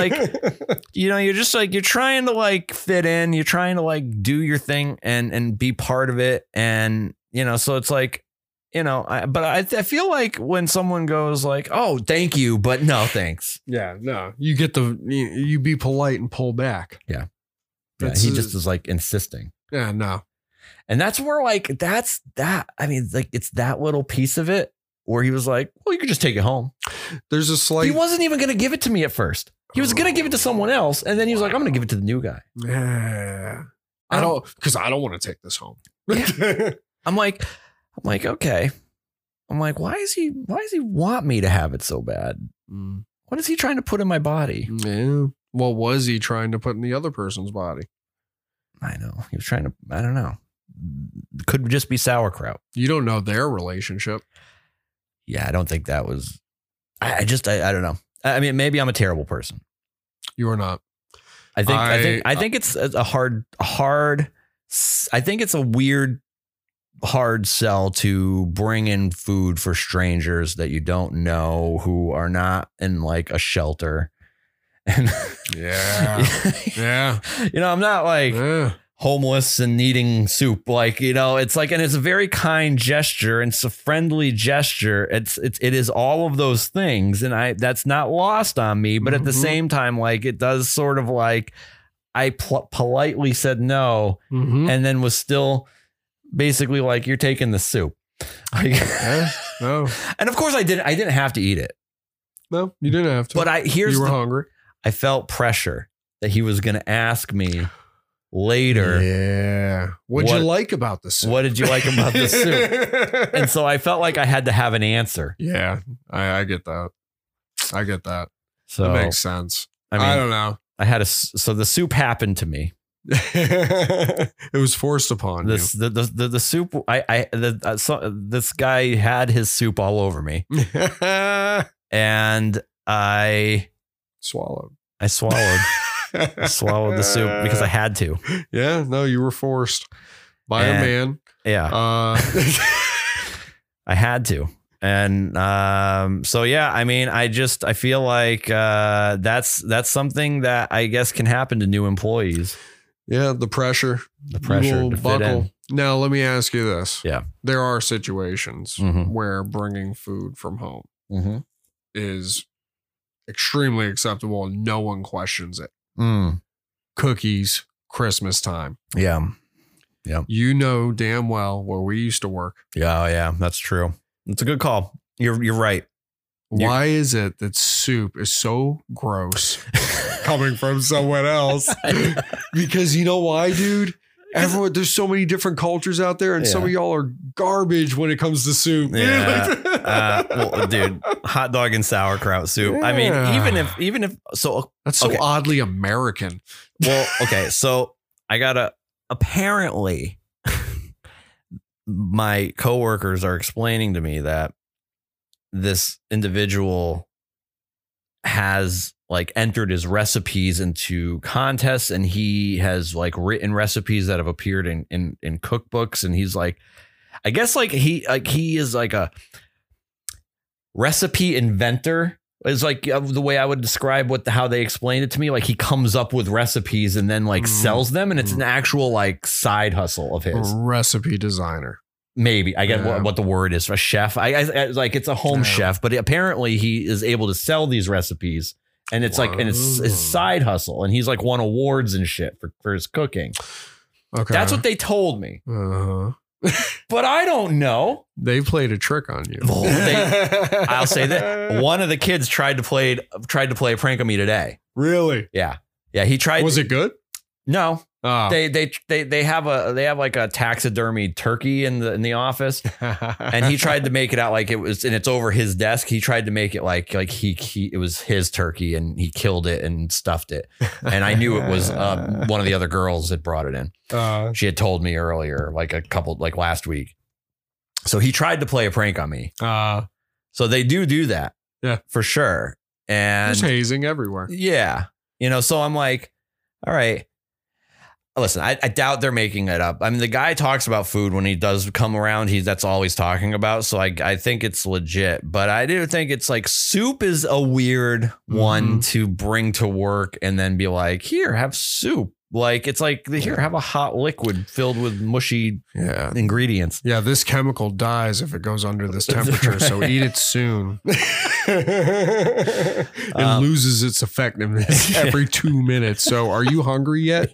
Speaker 2: like- You know, you're just like you're trying to like fit in. You're trying to like do your thing and and be part of it. And you know, so it's like, you know, I, but I I feel like when someone goes like, oh, thank you, but no thanks.
Speaker 3: yeah, no. You get the you, you be polite and pull back.
Speaker 2: Yeah,
Speaker 3: That's
Speaker 2: he
Speaker 3: a-
Speaker 2: just is like insisting.
Speaker 3: Yeah, no.
Speaker 2: And that's where like that's that. I mean, like it's that little piece of it where he was like, well, you could just take it home.
Speaker 3: There's a slight
Speaker 2: he wasn't even going to give it to me at first. He was going to give it to someone else, and then he was like, "I'm going to give it to the new guy."
Speaker 3: Yeah. I
Speaker 2: I'm-
Speaker 3: don't because I don't want to take this home.
Speaker 2: I'm like, I'm like, okay. I'm like, why is he? Why does he want me to have it so bad?
Speaker 3: Mm.
Speaker 2: What is he trying to put in my body?
Speaker 3: yeah. What was he trying to put in the other person's body?
Speaker 2: I know he was trying to. I don't know. Could just be sauerkraut.
Speaker 3: You don't know their relationship.
Speaker 2: Yeah, I don't think that was. I, I just, I, I don't know. I I mean, maybe I'm a terrible person.
Speaker 3: You are not.
Speaker 2: I think, I, think,
Speaker 3: I-
Speaker 2: I think it's a a hard, a hard. s- I think it's a weird, hard sell to bring in food for strangers that you don't know who are not in like a shelter, and
Speaker 3: Yeah. yeah.
Speaker 2: you know, I'm not like
Speaker 3: Yeah.
Speaker 2: homeless and needing soup. Like, you know, it's like, and it's a very kind gesture. and It's a friendly gesture. It's, it's, it is all of those things. And I, that's not lost on me. But at the
Speaker 3: Mhm.
Speaker 2: same time, like, it does sort of like, I pl- politely said no
Speaker 3: Mhm.
Speaker 2: and then was still basically like, you're taking the soup. Like,
Speaker 3: Yeah. No.
Speaker 2: and of course I didn't, I didn't have to eat it,
Speaker 3: No. You didn't have to.
Speaker 2: but I, here's,
Speaker 3: you were
Speaker 2: the,
Speaker 3: hungry.
Speaker 2: I felt pressure that he was going to ask me later.
Speaker 3: Yeah. What'd
Speaker 2: What-
Speaker 3: you like about the soup?
Speaker 2: What did you like about the soup? and so I felt like I had to have an answer.
Speaker 3: yeah. I, I get that. I get that.
Speaker 2: So
Speaker 3: that makes sense.
Speaker 2: I mean,
Speaker 3: I
Speaker 2: I,
Speaker 3: don't know.
Speaker 2: had a s- so the soup happened to me.
Speaker 3: it was forced upon
Speaker 2: This the the the, the soup. I I the, uh, so, this guy had his soup all over me,
Speaker 3: you.
Speaker 2: and I
Speaker 3: Swallowed.
Speaker 2: I swallowed I swallowed the soup because I had to.
Speaker 3: Yeah, no, you were forced by
Speaker 2: And-
Speaker 3: a man.
Speaker 2: Yeah,
Speaker 3: Uh,
Speaker 2: I had to. And um, so yeah, I mean, I just I feel like uh, that's that's something that I guess can happen to new employees.
Speaker 3: yeah, the pressure.
Speaker 2: The pressure
Speaker 3: will
Speaker 2: to fit in.
Speaker 3: Now, let me ask you this.
Speaker 2: Yeah.
Speaker 3: There are situations
Speaker 2: Mhm.
Speaker 3: where bringing food from home
Speaker 2: Mm-hmm.
Speaker 3: is extremely acceptable and no one questions it.
Speaker 2: Mm,
Speaker 3: Cookies, Christmas time.
Speaker 2: yeah.
Speaker 3: You know damn well where we used to work.
Speaker 2: Yeah. oh, yeah. That's true. It's a good call. You're you're right. You-
Speaker 3: Why is it that soup is so gross coming from someone else? because you know why, dude? Everyone, there's so many different cultures out there, and some
Speaker 2: Yeah.
Speaker 3: of y'all are garbage when it comes to soup.
Speaker 2: Yeah. uh, well, dude, hot dog and sauerkraut soup. I mean,
Speaker 3: Yeah.
Speaker 2: even if even if so,
Speaker 3: that's so
Speaker 2: Okay.
Speaker 3: oddly American.
Speaker 2: well, okay. So I gotta apparently my coworkers are explaining to me that this individual has like entered his recipes into contests and he has like written recipes that have appeared in in in cookbooks and he's like I guess like he like he is like a recipe inventor is like uh, the way I would describe what the, how they explained it to me like he comes up with recipes and then like
Speaker 3: Mm.
Speaker 2: sells them and it's an actual like side hustle of his
Speaker 3: Recipe designer.
Speaker 2: maybe I get
Speaker 3: Yeah.
Speaker 2: what, what the word is a chef. I, I, I- like it's a home
Speaker 3: Yeah.
Speaker 2: chef, but apparently he is able to sell these recipes, and it's like and it's
Speaker 3: Whoa.
Speaker 2: his side hustle, and he's like won awards and shit for, for his cooking.
Speaker 3: Okay,
Speaker 2: That's what they told me,
Speaker 3: uh-huh.
Speaker 2: but I don't know.
Speaker 3: they played a trick on you.
Speaker 2: Well, Oh, they- I'll say that one of the kids tried to play tried to play a prank on me today.
Speaker 3: Really?
Speaker 2: Yeah, yeah, he tried.
Speaker 3: Was it good?
Speaker 2: no?
Speaker 3: Oh.
Speaker 2: They they they they have a they have like a taxidermy turkey in the in the office. and he tried to make it out like it was and it's over his desk he tried to make it like like he, he it was his turkey and he killed it and stuffed it and i knew it was um, one of the other girls that brought it in
Speaker 3: Uh,
Speaker 2: she had told me earlier like a couple like last week so he tried to play a prank on me
Speaker 3: uh,
Speaker 2: so they do do that
Speaker 3: Yeah.
Speaker 2: for sure and
Speaker 3: there's hazing everywhere.
Speaker 2: yeah. You know, so I'm like, all right. Listen, I, I doubt they're making it up. I mean, the guy talks about food when he does come around. He's that's all he's talking about. So I I think it's legit. But I do think it's like soup is a weird one to bring to work and then be like, here, have soup. Like it's like here, have a hot liquid filled with mushy
Speaker 3: Yeah.
Speaker 2: ingredients.
Speaker 3: Yeah, this chemical dies if it goes under this temperature, so eat it soon. it
Speaker 2: Um,
Speaker 3: loses its effectiveness every two minutes. So, are you hungry yet?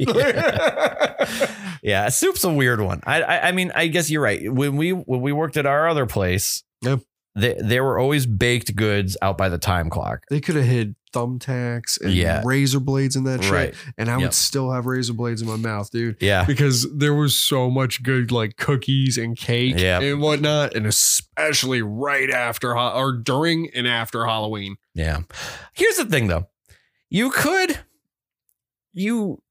Speaker 2: yeah, soup's a weird one. I, I I mean, I guess you're right. When we when we worked at our other place,
Speaker 3: Yep.
Speaker 2: they, there were always baked goods out by the time clock.
Speaker 3: They could have hid thumbtacks and
Speaker 2: Yeah.
Speaker 3: razor blades in that shit,
Speaker 2: Right.
Speaker 3: and I
Speaker 2: Yep.
Speaker 3: would still have razor blades in my mouth, dude.
Speaker 2: Yeah.
Speaker 3: Because there was so much good, like cookies and cake
Speaker 2: Yep.
Speaker 3: and whatnot, and especially right after Hall- or during and after Halloween.
Speaker 2: Yeah. Here's the thing though. You could you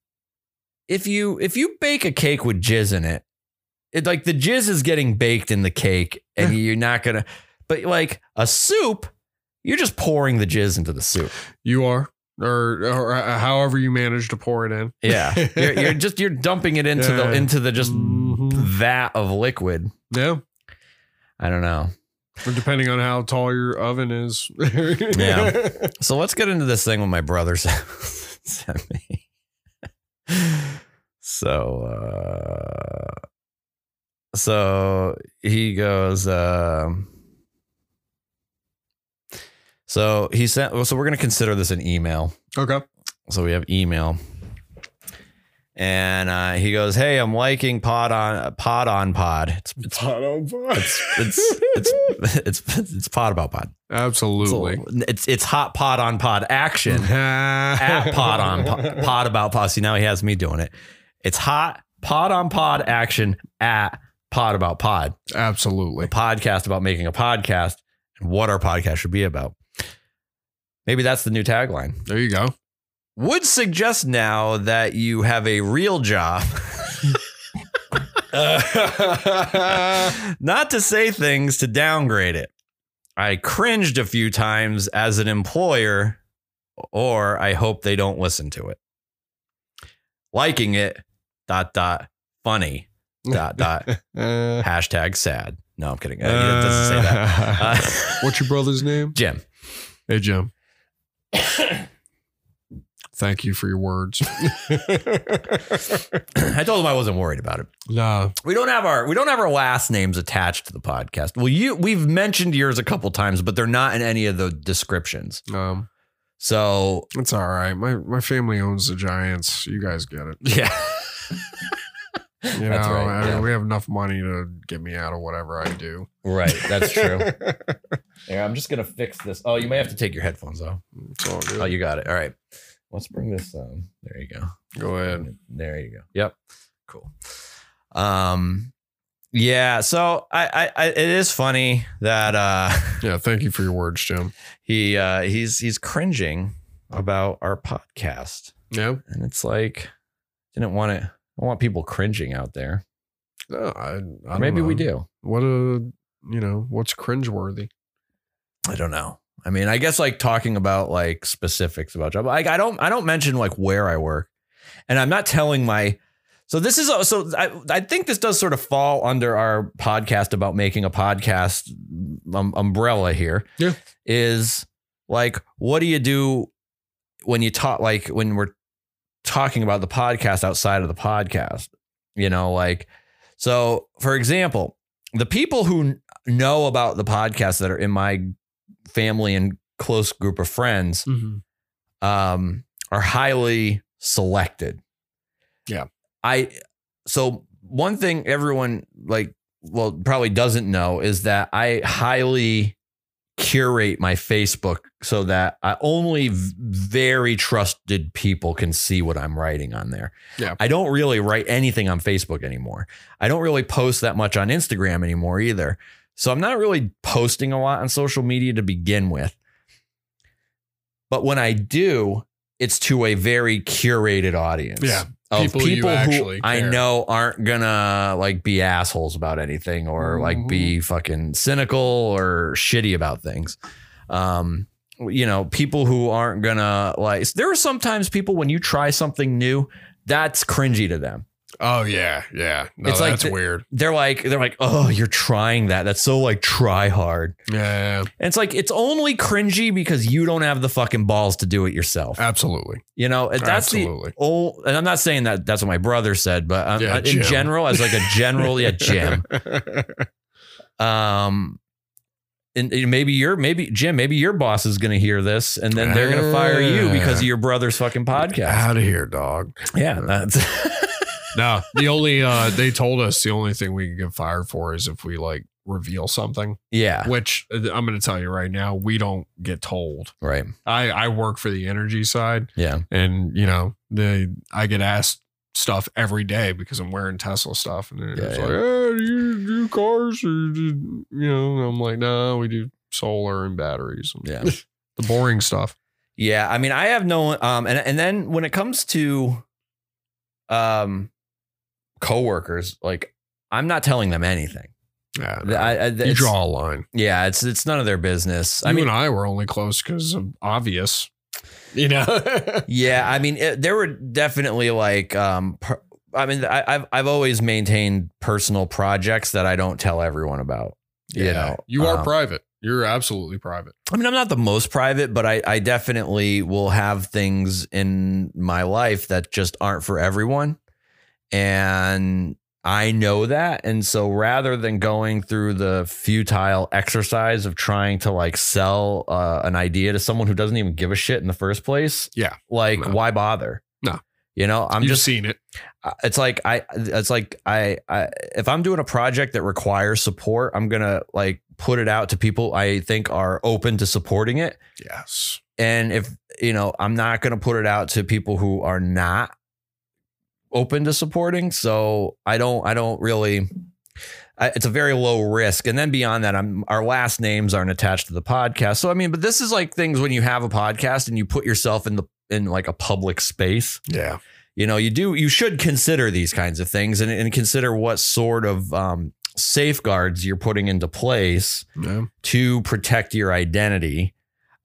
Speaker 2: if you if you bake a cake with jizz in it, it like the jizz is getting baked in the cake and you're not going to but like a soup, you're just pouring the jizz into the soup.
Speaker 3: You are, or, or uh, however you manage to pour it in.
Speaker 2: Yeah, you're, you're just you're dumping it into the
Speaker 3: Yeah.
Speaker 2: into the just
Speaker 3: Mhm.
Speaker 2: vat of liquid.
Speaker 3: Yeah.
Speaker 2: I don't know.
Speaker 3: Or depending on how tall your oven is.
Speaker 2: Yeah. So let's get into this thing with my brother sent sent me. So, uh, so he goes. um so he sent. well, So we're gonna consider this an email.
Speaker 3: Okay.
Speaker 2: so we have email and uh, he goes hey i'm liking pod on pod on pod it's it's
Speaker 3: Pot on pot.
Speaker 2: it's it's it's it's, it's pod about pod it's, a
Speaker 3: Absolutely.
Speaker 2: little- it's it's hot pod on pod action at pod on pod, pod about pod see now he has me doing it it's hot pod on pod action at pod about pod a
Speaker 3: Absolutely.
Speaker 2: podcast about making a podcast and what our podcast should be about maybe that's the new tagline
Speaker 3: There you go.
Speaker 2: would suggest now that you have a real job. Not to say things to downgrade it. I cringed a few times as an employer, or I hope they don't listen to it. Liking it, dot, dot, funny, dot, dot,
Speaker 3: Uh,
Speaker 2: hashtag sad. No, I'm kidding. Uh, it doesn't say that. Uh,
Speaker 3: What's your brother's name?
Speaker 2: Jim.
Speaker 3: Hey, Jim. Thank you for your words.
Speaker 2: I told him I wasn't worried about it.
Speaker 3: nah.
Speaker 2: We don't have our we don't have our last names attached to the podcast. Well, you we've mentioned yours a couple times, but they're not in any of the descriptions.
Speaker 3: Um,
Speaker 2: So
Speaker 3: It's all right. My my family owns the Giants. You guys get it.
Speaker 2: yeah,
Speaker 3: You
Speaker 2: That's
Speaker 3: know,
Speaker 2: right,
Speaker 3: I mean,
Speaker 2: yeah.
Speaker 3: we have enough money to get me out of whatever I do.
Speaker 2: right. That's true. Here, I'm just gonna fix this. Oh, you may have to take your headphones off.
Speaker 3: it's all good.
Speaker 2: Oh, you got it. All right. Let's bring this. Um, there you go.
Speaker 3: Go ahead.
Speaker 2: There you go. Yep. Cool. Um, yeah. So I, I, I it is funny that uh,
Speaker 3: Yeah, thank you for your words, Jim.
Speaker 2: he uh, he's he's cringing about our podcast,
Speaker 3: Yeah.
Speaker 2: and it's like didn't want it. I don't want people cringing out there.
Speaker 3: No, I, I
Speaker 2: Or
Speaker 3: don't
Speaker 2: maybe we
Speaker 3: know.
Speaker 2: do.
Speaker 3: What a you know, what's cringeworthy?
Speaker 2: I don't know. I mean, I guess like talking about like specifics about job. Like I don't I don't mention like where I work, and I'm not telling my. So this is so I I think this does sort of fall under our podcast about making a podcast um, umbrella here.
Speaker 3: Yeah.
Speaker 2: is like what do you do when you talk like when we're talking about the podcast outside of the podcast? You know, like so for example, the people who know about the podcast that are in my family and close group of friends um, are highly selected.
Speaker 3: Yeah.
Speaker 2: I so one thing everyone like well probably doesn't know is that I highly curate my Facebook so that I only v- very trusted people can see what I'm writing on there.
Speaker 3: Yeah.
Speaker 2: I don't really write anything on Facebook anymore. I don't really post that much on Instagram anymore either. So I'm not really posting a lot on social media to begin with. But when I do, it's to a very curated audience.
Speaker 3: Yeah.
Speaker 2: Of people,
Speaker 3: People you
Speaker 2: who
Speaker 3: actually
Speaker 2: I
Speaker 3: care.
Speaker 2: know aren't gonna like be assholes about anything or like be
Speaker 3: Mm-hmm.
Speaker 2: fucking cynical or shitty about things. Um, you know, people who aren't gonna like there are sometimes people when you try something new, that's cringy to them.
Speaker 3: Oh yeah, yeah. No,
Speaker 2: It's like
Speaker 3: that's
Speaker 2: the-
Speaker 3: weird.
Speaker 2: They're like, they're like, oh, you're trying that. That's so like try hard.
Speaker 3: Yeah, yeah,
Speaker 2: And it's like it's only cringy because you don't have the fucking balls to do it yourself.
Speaker 3: absolutely,
Speaker 2: You know, that's the
Speaker 3: absolutely.
Speaker 2: oh, and I'm not saying that that's what my brother said, but um,
Speaker 3: Yeah,
Speaker 2: in
Speaker 3: Jim.
Speaker 2: general, as like a general, yeah, Jim. Um, and and maybe your maybe Jim, maybe your boss is going to hear this, and then they're going to fire
Speaker 3: Ah.
Speaker 2: you because of your brother's fucking podcast.
Speaker 3: Out of here, dog.
Speaker 2: Yeah, that's
Speaker 3: No, the only uh they told us the only thing we could get fired for is if we like reveal something,
Speaker 2: yeah,
Speaker 3: which uh, I'm going to tell you right now, we don't get told.
Speaker 2: right,
Speaker 3: I I work for the energy side
Speaker 2: yeah,
Speaker 3: and, you know, the I get asked stuff every day because I'm wearing Tesla stuff and it's
Speaker 2: Yeah,
Speaker 3: like, "Hey, do you do cars or do, you know, and I'm like, "No, we do solar and batteries."
Speaker 2: Yeah.
Speaker 3: the boring stuff.
Speaker 2: yeah. I mean, I have no um, and and then when it comes to um, coworkers, like I'm not telling them anything.
Speaker 3: Yeah. no.
Speaker 2: I, I,
Speaker 3: you
Speaker 2: it's-
Speaker 3: draw a line.
Speaker 2: Yeah, it's it's none of their business. I
Speaker 3: you
Speaker 2: mean,
Speaker 3: and I were only close because of obvious. You know,
Speaker 2: yeah, I mean, it, there were definitely like, um, per, I mean, I, I've I've always maintained personal projects that I don't tell everyone about. You know,
Speaker 3: you are
Speaker 2: um,
Speaker 3: private. You're absolutely private.
Speaker 2: I mean, I'm not the most private, but I, I definitely will have things in my life that just aren't for everyone. And I know that. And so rather than going through the futile exercise of trying to like sell uh, an idea to someone who doesn't even give a shit in the first place,
Speaker 3: Yeah.
Speaker 2: like
Speaker 3: No.
Speaker 2: why bother?
Speaker 3: No.
Speaker 2: You know, I'm
Speaker 3: You've
Speaker 2: just
Speaker 3: seen it.
Speaker 2: I- it's like I it's like I, I if I'm doing a project that requires support, I'm gonna like put it out to people I think are open to supporting it.
Speaker 3: Yes.
Speaker 2: And if you know, I'm not gonna put it out to people who are not open to supporting. So I don't I don't really I, it's a very low risk. And then beyond that, I'm our last names aren't attached to the podcast. So I mean, but this is like things when you have a podcast and you put yourself in the in like a public space
Speaker 3: Yeah.
Speaker 2: you know you do you should consider these kinds of things and, and consider what sort of um, safeguards you're putting into place
Speaker 3: Yeah.
Speaker 2: to protect your identity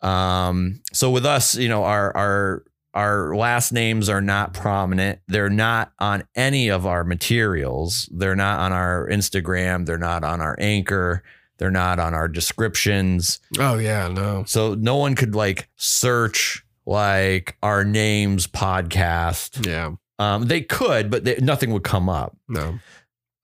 Speaker 2: um, so with us you know our our our last names are not prominent they're not on any of our materials they're not on our instagram they're not on our anchor they're not on our descriptions
Speaker 3: Oh yeah. No.
Speaker 2: so no one could like search like our names podcast
Speaker 3: Yeah.
Speaker 2: um, they could, but they, nothing would come up.
Speaker 3: No.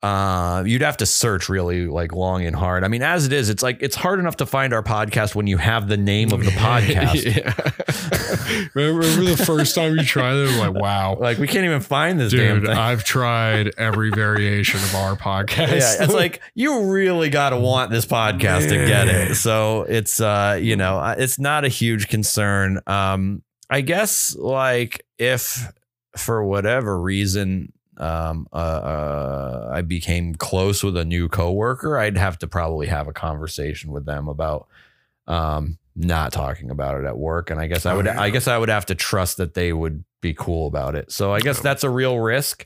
Speaker 2: Uh, you'd have to search really like long and hard. I mean, as it is, it's like it's hard enough to find our podcast when you have the name of the podcast.
Speaker 3: yeah. remember, remember the first time you tried it? I'm Like, wow.
Speaker 2: Like we can't even find this damn
Speaker 3: Dude,
Speaker 2: thing.
Speaker 3: I've tried every variation of our podcast.
Speaker 2: Yeah, it's like you really got to want this podcast to get it. So it's uh, you know, I- it's not a huge concern. Um, I guess like if for whatever reason um uh, uh I became close with a new coworker, I'd have to probably have a conversation with them about um not talking about it at work and I guess I
Speaker 3: Oh,
Speaker 2: would
Speaker 3: yeah.
Speaker 2: I guess I would have to trust that they would be cool about it. So I guess
Speaker 3: Yeah.
Speaker 2: that's a real risk.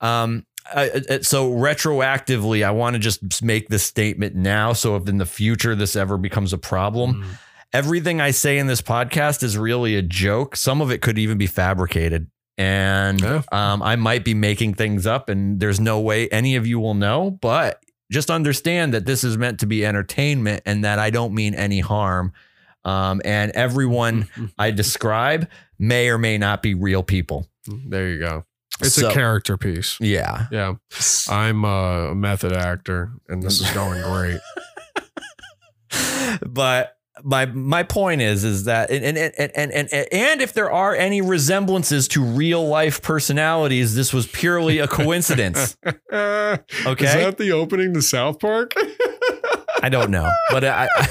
Speaker 2: Um I, I- so retroactively, I want to just make this statement now. So if in the future this ever becomes a problem,
Speaker 3: Mm.
Speaker 2: everything I say in this podcast is really a joke. Some of it could even be fabricated, and
Speaker 3: Yeah.
Speaker 2: um, I might be making things up, and there's no way any of you will know. But just understand that this is meant to be entertainment, and that I don't mean any harm. Um, and everyone
Speaker 3: Mm-hmm.
Speaker 2: I describe may or may not be real people.
Speaker 3: There you go. It's
Speaker 2: So-
Speaker 3: a character piece.
Speaker 2: Yeah.
Speaker 3: Yeah. I'm a method actor and this is going great.
Speaker 2: but my my point is is that and and, and and and and if there are any resemblances to real life personalities, this was purely a coincidence. Okay.
Speaker 3: Is that the opening to South Park?
Speaker 2: I don't know, but I, I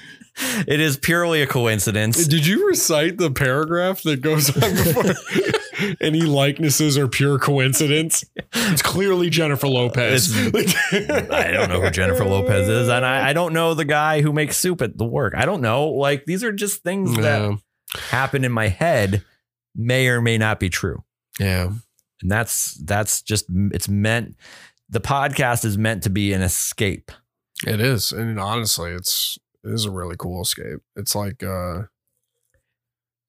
Speaker 2: it is purely a coincidence.
Speaker 3: Did you recite the paragraph that goes on before? Any likenesses are pure coincidence. It's clearly Jennifer Lopez.
Speaker 2: I don't know who Jennifer Lopez is, and I, I don't know the guy who makes soup at the work. I don't know. Like these are just things that
Speaker 3: Yeah.
Speaker 2: happen in my head, may or may not be true.
Speaker 3: yeah.
Speaker 2: and that's that's just it's meant the podcast is meant to be an escape
Speaker 3: It is. And honestly, it's it is a really cool escape. It's like uh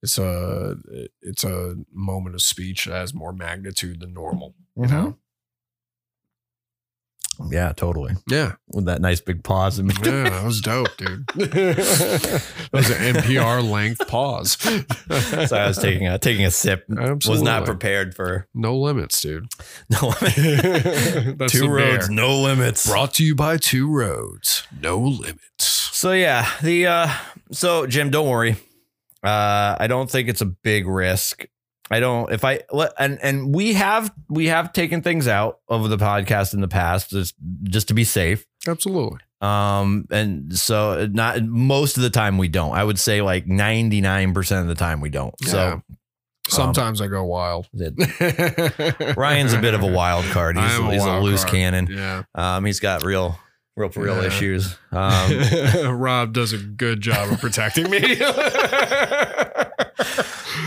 Speaker 3: it's a it's a moment of speech that has more magnitude than normal.
Speaker 2: you know yeah totally
Speaker 3: Yeah.
Speaker 2: with that nice big pause in between.
Speaker 3: Yeah, that was dope, dude. that was an NPR length pause.
Speaker 2: so i was taking a taking a sip was not
Speaker 3: Absolutely.
Speaker 2: prepared for
Speaker 3: No limits, dude.
Speaker 2: no
Speaker 3: That's
Speaker 2: two
Speaker 3: the
Speaker 2: roads
Speaker 3: bear.
Speaker 2: no limits
Speaker 3: Brought to you by Two Roads. No limits.
Speaker 2: so yeah the uh so jim don't worry uh i don't think it's a big risk i don't if i let- and and we have we have taken things out of the podcast in the past just just to be safe
Speaker 3: Absolutely.
Speaker 2: Um, and so not most of the time we don't. I would say like 99% of the time we don't.
Speaker 3: Yeah.
Speaker 2: So
Speaker 3: Sometimes I go wild.
Speaker 2: that- Ryan's a bit of a wild card.
Speaker 3: I
Speaker 2: He's,
Speaker 3: am a
Speaker 2: he's a
Speaker 3: wild
Speaker 2: loose
Speaker 3: card.
Speaker 2: cannon.
Speaker 3: Yeah.
Speaker 2: Um, he's got real, real, real
Speaker 3: Yeah.
Speaker 2: issues. Um,
Speaker 3: Rob does a good job of protecting me.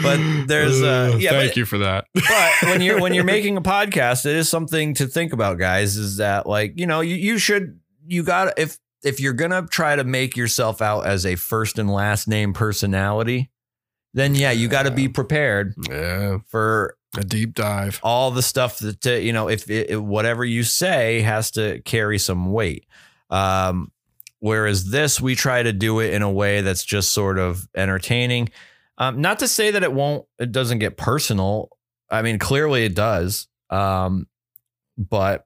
Speaker 2: But there's, uh,
Speaker 3: Ugh,
Speaker 2: yeah,
Speaker 3: thank
Speaker 2: but-
Speaker 3: you for that.
Speaker 2: but when you're when you're making a podcast, it is something to think about, guys. Is that like you know you, you should you got if if you're gonna try to make yourself out as a first and last name personality, then yeah, you got to be prepared
Speaker 3: Yeah.
Speaker 2: for
Speaker 3: A deep dive.
Speaker 2: all the stuff that to, you know if it, it- whatever you say has to carry some weight um whereas this we try to do it in a way that's just sort of entertaining um not to say that it won't it doesn't get personal i mean clearly it does um but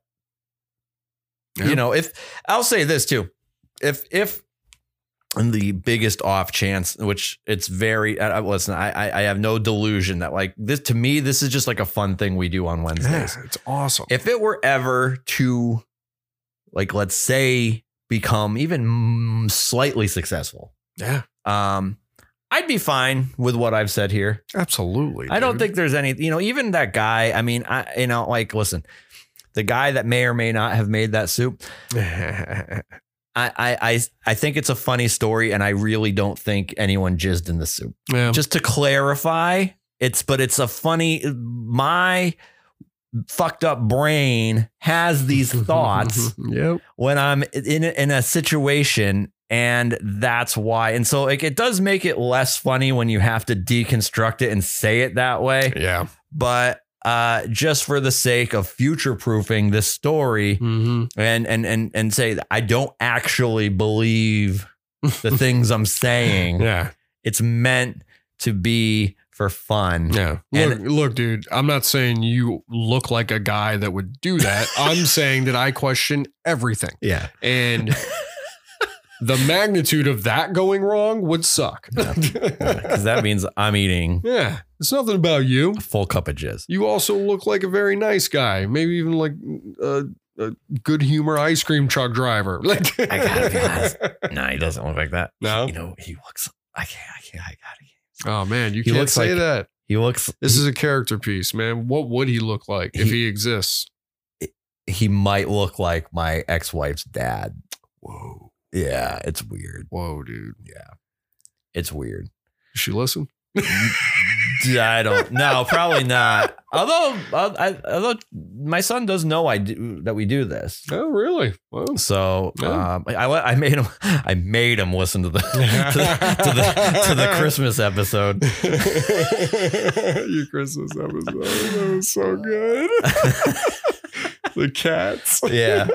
Speaker 3: Yeah.
Speaker 2: you know if i'll say this too if if and the biggest off chance, which it's very. I, I- listen, I, I I have no delusion that like this to me, this is just like a fun thing we do on
Speaker 3: Yeah,
Speaker 2: Wednesdays.
Speaker 3: it's awesome.
Speaker 2: If it were ever to, like, let's say, become even mm, slightly successful,
Speaker 3: yeah.
Speaker 2: um, I'd be fine with what I've said here.
Speaker 3: Absolutely.
Speaker 2: I don't
Speaker 3: dude.
Speaker 2: think there's any, you know, even that guy. I mean, I, you know, like, listen, the guy that may or may not have made that soup, I, I, I, I think it's a funny story, and I really don't think anyone jizzed in the soup.
Speaker 3: yeah.
Speaker 2: Just to clarify, it's but it's a funny. My fucked up brain has these thoughts
Speaker 3: Mm-hmm. yep.
Speaker 2: when I'm in in a situation, and that's why. And so, like, it does make it less funny when you have to deconstruct it and say it that way.
Speaker 3: Yeah.
Speaker 2: But uh, just for the sake of future proofing this story,
Speaker 3: Mm-hmm.
Speaker 2: and and and and say that I don't actually believe the things I'm saying.
Speaker 3: Yeah.
Speaker 2: It's meant to be for fun.
Speaker 3: Yeah. Look,
Speaker 2: And-
Speaker 3: look, dude, I'm not saying you look like a guy that would do that. I'm saying that I question everything.
Speaker 2: Yeah.
Speaker 3: And the magnitude of that going wrong would suck.
Speaker 2: Because that means I'm eating
Speaker 3: yeah. It's nothing about you.
Speaker 2: a full cup of jizz.
Speaker 3: You also look like a very nice guy, maybe even like a, a good humor ice cream truck driver. Like,
Speaker 2: I gotta be honest. No, he doesn't look like that.
Speaker 3: No?
Speaker 2: You know, he looks, I can't, I can't, I gotta.
Speaker 3: Oh man, you
Speaker 2: He
Speaker 3: can't
Speaker 2: looks
Speaker 3: say
Speaker 2: like-
Speaker 3: that.
Speaker 2: He looks,
Speaker 3: This is a character piece, man. What would he look like if
Speaker 2: He-
Speaker 3: he exists?
Speaker 2: he might look like my ex wife's dad.
Speaker 3: Whoa,
Speaker 2: Yeah. It's weird.
Speaker 3: whoa, dude.
Speaker 2: Yeah. It's weird.
Speaker 3: Does she listen?
Speaker 2: Yeah, I don't. No, probably not. Although, uh, I, although my son does know I do that we do this.
Speaker 3: Oh, really? Wow.
Speaker 2: So
Speaker 3: Yeah.
Speaker 2: um, I, I made him. I made him listen to the to, the- to the to the Christmas episode.
Speaker 3: Your Christmas episode. That was so good. the cats.
Speaker 2: Yeah.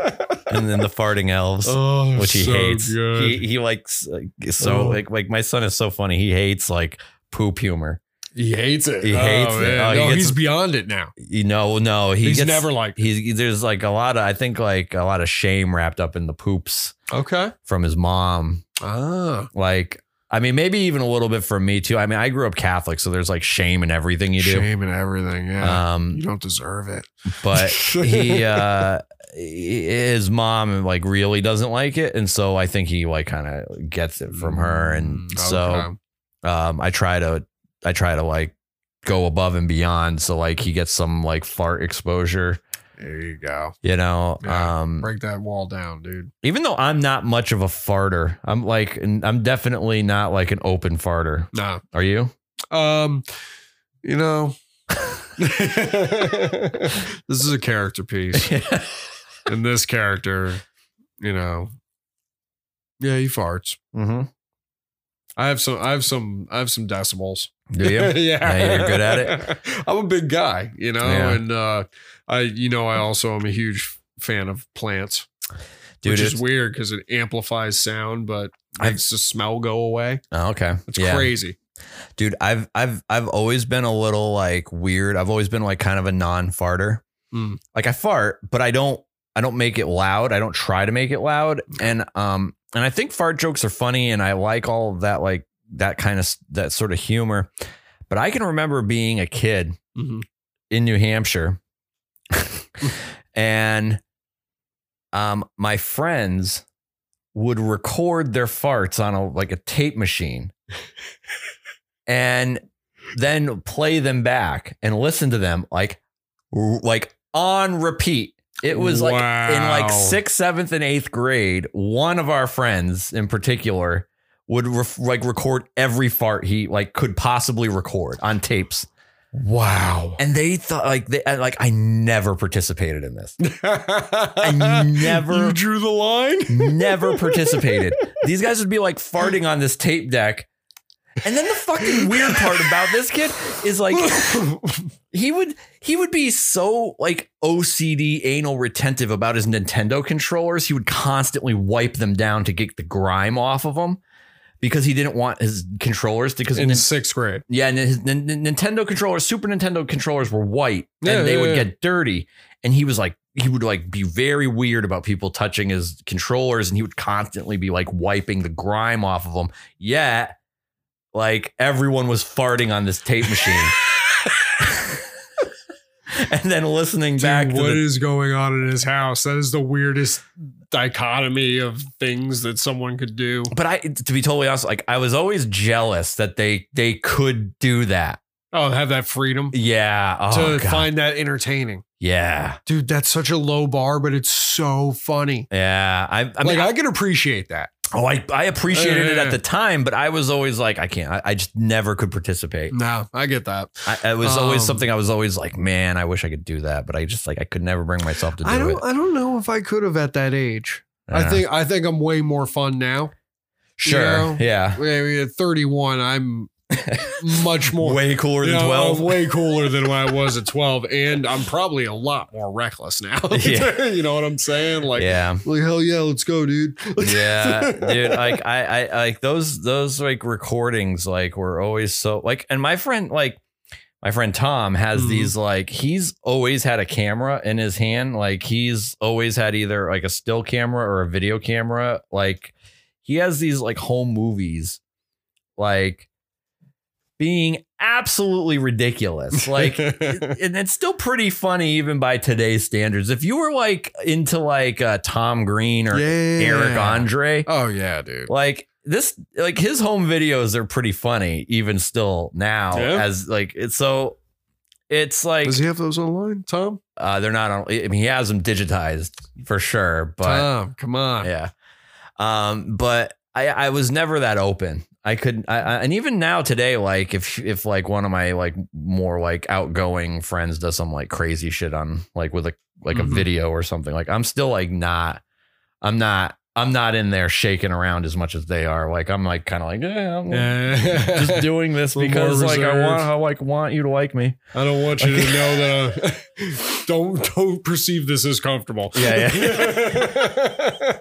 Speaker 2: and then the farting elves,
Speaker 3: Oh,
Speaker 2: which he
Speaker 3: so
Speaker 2: hates.
Speaker 3: Good.
Speaker 2: He he likes like, so
Speaker 3: Oh.
Speaker 2: like like my son is so funny. He hates like poop humor.
Speaker 3: He hates it.
Speaker 2: He hates it.
Speaker 3: man.
Speaker 2: Oh, he
Speaker 3: no,
Speaker 2: gets-
Speaker 3: he's beyond it now.
Speaker 2: You know, no, he
Speaker 3: he's
Speaker 2: gets,
Speaker 3: never like
Speaker 2: He's there's like a lot of I think like a lot of shame wrapped up in the poops
Speaker 3: okay.
Speaker 2: from his mom
Speaker 3: Ah,
Speaker 2: Like, I mean, maybe even a little bit for me too. I mean, I grew up Catholic, so there's like shame in everything you do.
Speaker 3: shame and everything. Yeah, you
Speaker 2: Um,
Speaker 3: don't deserve it.
Speaker 2: but he, uh, his mom like really doesn't like it, and so I think he like kind of gets it from her, and
Speaker 3: Mm,
Speaker 2: so
Speaker 3: okay.
Speaker 2: um, I try to, I try to like go above and beyond, so like he gets some like fart exposure,
Speaker 3: there you go.
Speaker 2: you know.
Speaker 3: Yeah.
Speaker 2: Um,
Speaker 3: Break that wall down, dude.
Speaker 2: even though I'm not much of a farter, I'm like, I'm definitely not like an open farter.
Speaker 3: Nah.
Speaker 2: Are you?
Speaker 3: Um, you know, this is a character piece, and this character, you know, yeah, he farts.
Speaker 2: mm-hmm.
Speaker 3: I have some, I have some, I have some decibels.
Speaker 2: Do you?
Speaker 3: yeah.
Speaker 2: Yeah, you're good at it.
Speaker 3: I'm a big guy, you know,
Speaker 2: Yeah.
Speaker 3: and uh, I, you know, I also am a huge fan of plants,
Speaker 2: Dude,
Speaker 3: which
Speaker 2: it's,
Speaker 3: is weird because it amplifies sound, but
Speaker 2: I've-
Speaker 3: makes the smell go away.
Speaker 2: oh, okay.
Speaker 3: It's
Speaker 2: yeah.
Speaker 3: crazy.
Speaker 2: Dude, I've I've I've always been a little like weird. I've always been like kind of a non-farter.
Speaker 3: Mm.
Speaker 2: Like I fart, but I don't I don't make it loud. I don't try to make it loud. And um and I think fart jokes are funny and I like all of that like that kind of s- that sort of humor. But I can remember being a kid
Speaker 3: Mhm.
Speaker 2: in New Hampshire. and um my friends would record their farts on a like a tape machine and then play them back and listen to them like r- like on repeat. It was like in
Speaker 3: Wow.
Speaker 2: like sixth, seventh, and eighth grade, one of our friends in particular would ref- like record every fart he like could possibly record on tapes
Speaker 3: Wow.
Speaker 2: and they thought like they and, like I never participated in this. I never-
Speaker 3: You drew the line.
Speaker 2: Never participated. These guys would be like farting on this tape deck. And then the fucking weird part about this kid is like he would he would be so like OCD anal retentive about his Nintendo controllers. He would constantly wipe them down to get the grime off of them because he didn't want his controllers to because
Speaker 3: in sixth grade.
Speaker 2: Yeah, and his N- N- Nintendo controllers, Super Nintendo controllers were white
Speaker 3: Yeah,
Speaker 2: and they
Speaker 3: yeah,
Speaker 2: would
Speaker 3: yeah.
Speaker 2: get dirty. And he was like, he would like be very weird about people touching his controllers and he would constantly be like wiping the grime off of them. Yet, like everyone was farting on this tape machine. and then listening
Speaker 3: Dude,
Speaker 2: back
Speaker 3: what
Speaker 2: to
Speaker 3: is
Speaker 2: the,
Speaker 3: going on in his house? That is the weirdest dichotomy of things that someone could do.
Speaker 2: but I to be totally honest, like I was always jealous that they they could do that.
Speaker 3: Oh, have that freedom
Speaker 2: Yeah. Oh,
Speaker 3: to
Speaker 2: God.
Speaker 3: find that entertaining.
Speaker 2: yeah.
Speaker 3: Dude, that's such a low bar, but it's so funny.
Speaker 2: Yeah. I, I mean,
Speaker 3: like I, can appreciate that.
Speaker 2: Oh, I, I appreciated it
Speaker 3: Yeah.
Speaker 2: at the time, but I was always like, I can't. I, I just never could participate.
Speaker 3: No, I get that.
Speaker 2: I, it was always
Speaker 3: Um,
Speaker 2: something I was always like, man, I wish I could do that, but I just like I could never bring myself to do
Speaker 3: I don't
Speaker 2: it.
Speaker 3: I don't know if I could have at that age. I
Speaker 2: Yeah.
Speaker 3: think I think I'm way more fun now.
Speaker 2: sure,
Speaker 3: you know,
Speaker 2: yeah,
Speaker 3: I mean, at 31, I'm much more
Speaker 2: Way cooler than
Speaker 3: Yeah, I'm
Speaker 2: 12.
Speaker 3: way cooler than when I was at 12. And I'm probably a lot more reckless now.
Speaker 2: Yeah.
Speaker 3: you know what I'm saying? Like,
Speaker 2: yeah.
Speaker 3: like, hell yeah, let's go, dude.
Speaker 2: yeah dude like I, I like those those like recordings like were always so like and my friend like my friend tom has
Speaker 3: Mhm.
Speaker 2: these like he's always had a camera in his hand like he's always had either like a still camera or a video camera like he has these like home movies like being absolutely ridiculous like and it's still pretty funny even by today's standards if you were like into like uh, tom green or Eric Andre.
Speaker 3: Oh, yeah, dude.
Speaker 2: Like this, like his home videos are pretty funny, even still now.
Speaker 3: Yeah.
Speaker 2: As like it's so, it's like
Speaker 3: Does he have those online, Tom?
Speaker 2: uh, they're not on. I mean, he has them digitized for sure, but
Speaker 3: Tom, come on.
Speaker 2: yeah. Um, but I I was never that open. I couldn't, I, I, and even now today, like if if like one of my like more like outgoing friends does some like crazy shit on like with a like a
Speaker 3: Mhm.
Speaker 2: video or something, like I'm still like not, I'm not, I'm not in there shaking around as much as they are. Like I'm like kind of like yeah, I'm
Speaker 3: Yeah.
Speaker 2: just doing this
Speaker 3: A little more
Speaker 2: because like I want
Speaker 3: reserved.
Speaker 2: I like want you to like me.
Speaker 3: I don't want you to know that. i don't don't perceive this as comfortable.
Speaker 2: Yeah,
Speaker 3: yeah.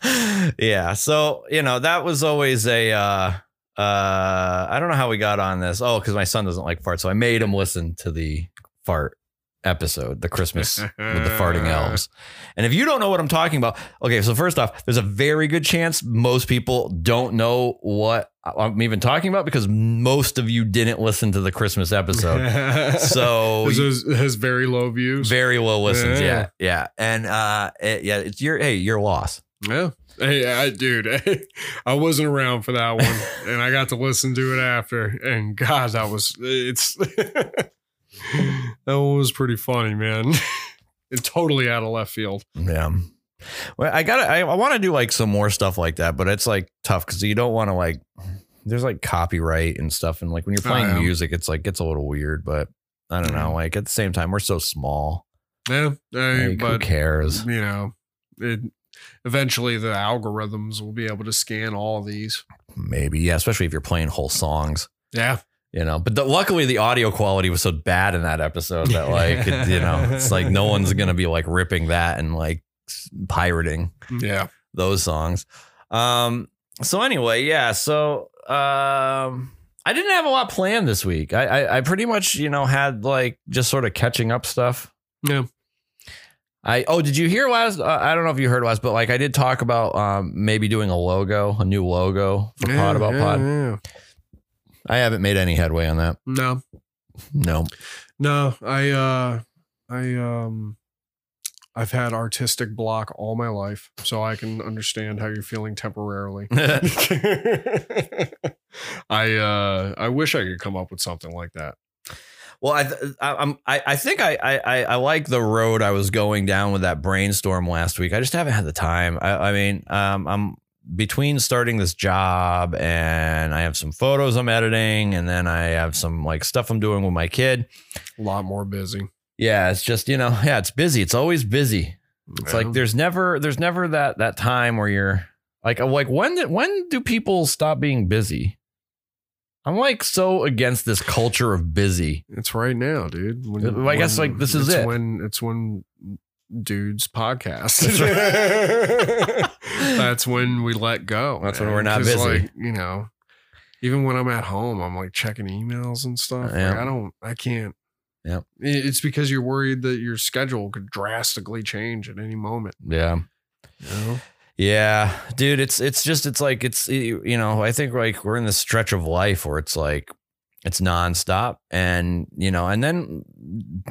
Speaker 2: yeah so you know that was always a uh uh i don't know how we got on this oh because my son doesn't like fart so i made him listen to the fart episode the christmas with the farting elves and if you don't know what i'm talking about okay so first off there's a very good chance most people don't know what i'm even talking about because most of you didn't listen to the christmas episode so
Speaker 3: This is- has very low views.
Speaker 2: very low listens
Speaker 3: Yeah.
Speaker 2: yeah yeah and uh it- yeah it's your hey your loss
Speaker 3: Yeah. Hey, I, dude, I wasn't around for that one, and I got to listen to it after. And God, that was it's that one was pretty funny, man. It totally out of left field.
Speaker 2: Yeah. Well, I gotta, I, I want to do like some more stuff like that, but it's like tough because you don't want to like, there's like copyright and stuff. And like when you're
Speaker 3: Oh,
Speaker 2: playing
Speaker 3: yeah.
Speaker 2: music, it's like, gets a little weird, but I don't know. Like at the same time, we're so small.
Speaker 3: Yeah, I
Speaker 2: Like,
Speaker 3: mean,
Speaker 2: who
Speaker 3: but
Speaker 2: cares?
Speaker 3: you know, it eventually the algorithms will be able to scan all these.
Speaker 2: Maybe. Yeah. Especially if you're playing whole songs,
Speaker 3: Yeah,
Speaker 2: you know. But the, luckily, the audio quality was so bad in that episode that like, it- you know, it's like no one's going to be like ripping that and like pirating.
Speaker 3: yeah.
Speaker 2: those songs. Um, so anyway, yeah. So um, I didn't have a lot planned this week. I, I I pretty much you know had like just sort of catching up stuff.
Speaker 3: Yeah.
Speaker 2: I oh did you hear last? Uh, I don't know if you heard last, but like I did talk about um maybe doing a logo, a new logo for
Speaker 3: yeah,
Speaker 2: Pod About
Speaker 3: yeah,
Speaker 2: Pod.
Speaker 3: yeah.
Speaker 2: I haven't made any headway on that.
Speaker 3: No,
Speaker 2: No.
Speaker 3: No, I uh I um I've had artistic block all my life, so I can understand how you're feeling temporarily. I uh I wish I could come up with something like that.
Speaker 2: Well, I, th- I I'm I, I think I, I I- I like the road I was going down with that brainstorm last week. I just haven't had the time. I, I mean, um, I'm between starting this job and I have some photos I'm editing, and then I have some like stuff I'm doing with my kid.
Speaker 3: A lot more busy.
Speaker 2: Yeah, it's just you know, yeah, it's busy. It's always busy. It's like there's never there's never that that time where you're like I'm like when did, when do people stop being busy? I'm like so against this culture of busy.
Speaker 3: it's right now, dude. When-
Speaker 2: Uh, I guess, like, this is
Speaker 3: it's
Speaker 2: it.
Speaker 3: When it's when dudes podcast.
Speaker 2: That's
Speaker 3: That's, Uh, when we let go.
Speaker 2: That's when
Speaker 3: man,
Speaker 2: we're not
Speaker 3: 'cause,
Speaker 2: busy.
Speaker 3: Like, you know, even when I'm at home, I'm like checking emails and stuff. Like,
Speaker 2: Yeah.
Speaker 3: I don't. I can't.
Speaker 2: Yeah.
Speaker 3: It- It's because you're worried that your schedule could drastically change at any moment.
Speaker 2: Yeah.
Speaker 3: You know?
Speaker 2: Yeah, dude, it's it's just it's like it's you you know I think like we're in this stretch of life where it's like it's nonstop and you know and then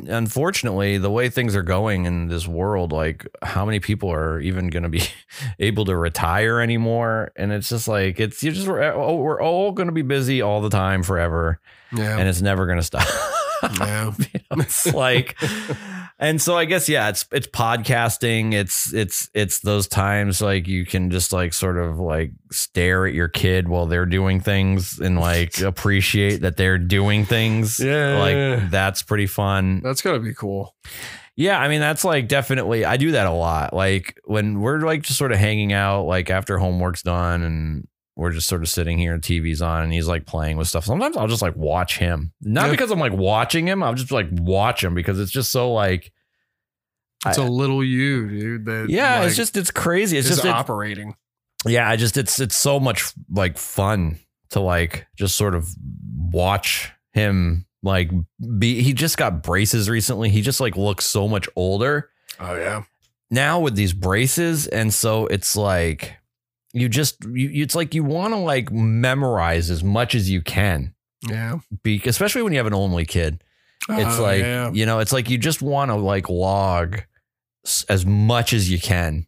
Speaker 2: unfortunately the way things are going in this world like how many people are even going to be able to retire anymore and it's just like it's you just we're, oh, we're all going to be busy all the time forever
Speaker 3: Yeah.
Speaker 2: and it's never going to stop.
Speaker 3: yeah.
Speaker 2: You know, it's like and so i guess yeah it's it's podcasting it's it's it's those times like you can just like sort of like stare at your kid while they're doing things and like appreciate that they're doing things
Speaker 3: Yeah.
Speaker 2: like that's pretty fun
Speaker 3: That's gotta be cool.
Speaker 2: yeah, I mean that's like definitely I do that a lot. Like when we're like just sort of hanging out like after homework's done and we're just sort of sitting here and TV's on and he's like playing with stuff. Sometimes I'll just like watch him. Not
Speaker 3: Yeah.
Speaker 2: because I'm like watching him, I'll just like watch him because it's just so like
Speaker 3: It's a little you, dude. That
Speaker 2: yeah,
Speaker 3: like,
Speaker 2: it's just it's crazy. It's
Speaker 3: is
Speaker 2: just it-
Speaker 3: operating.
Speaker 2: yeah, I just it's it's so much like fun to like just sort of watch him like be he just got braces recently. He just like looks so much older
Speaker 3: Oh yeah,
Speaker 2: now with these braces and so it's like you just you, it's like you want to like memorize as much as you can
Speaker 3: yeah.
Speaker 2: be, especially when you have an only kid it's
Speaker 3: Oh,
Speaker 2: like
Speaker 3: yeah.
Speaker 2: you know it's like you just want to like log s- as much as you can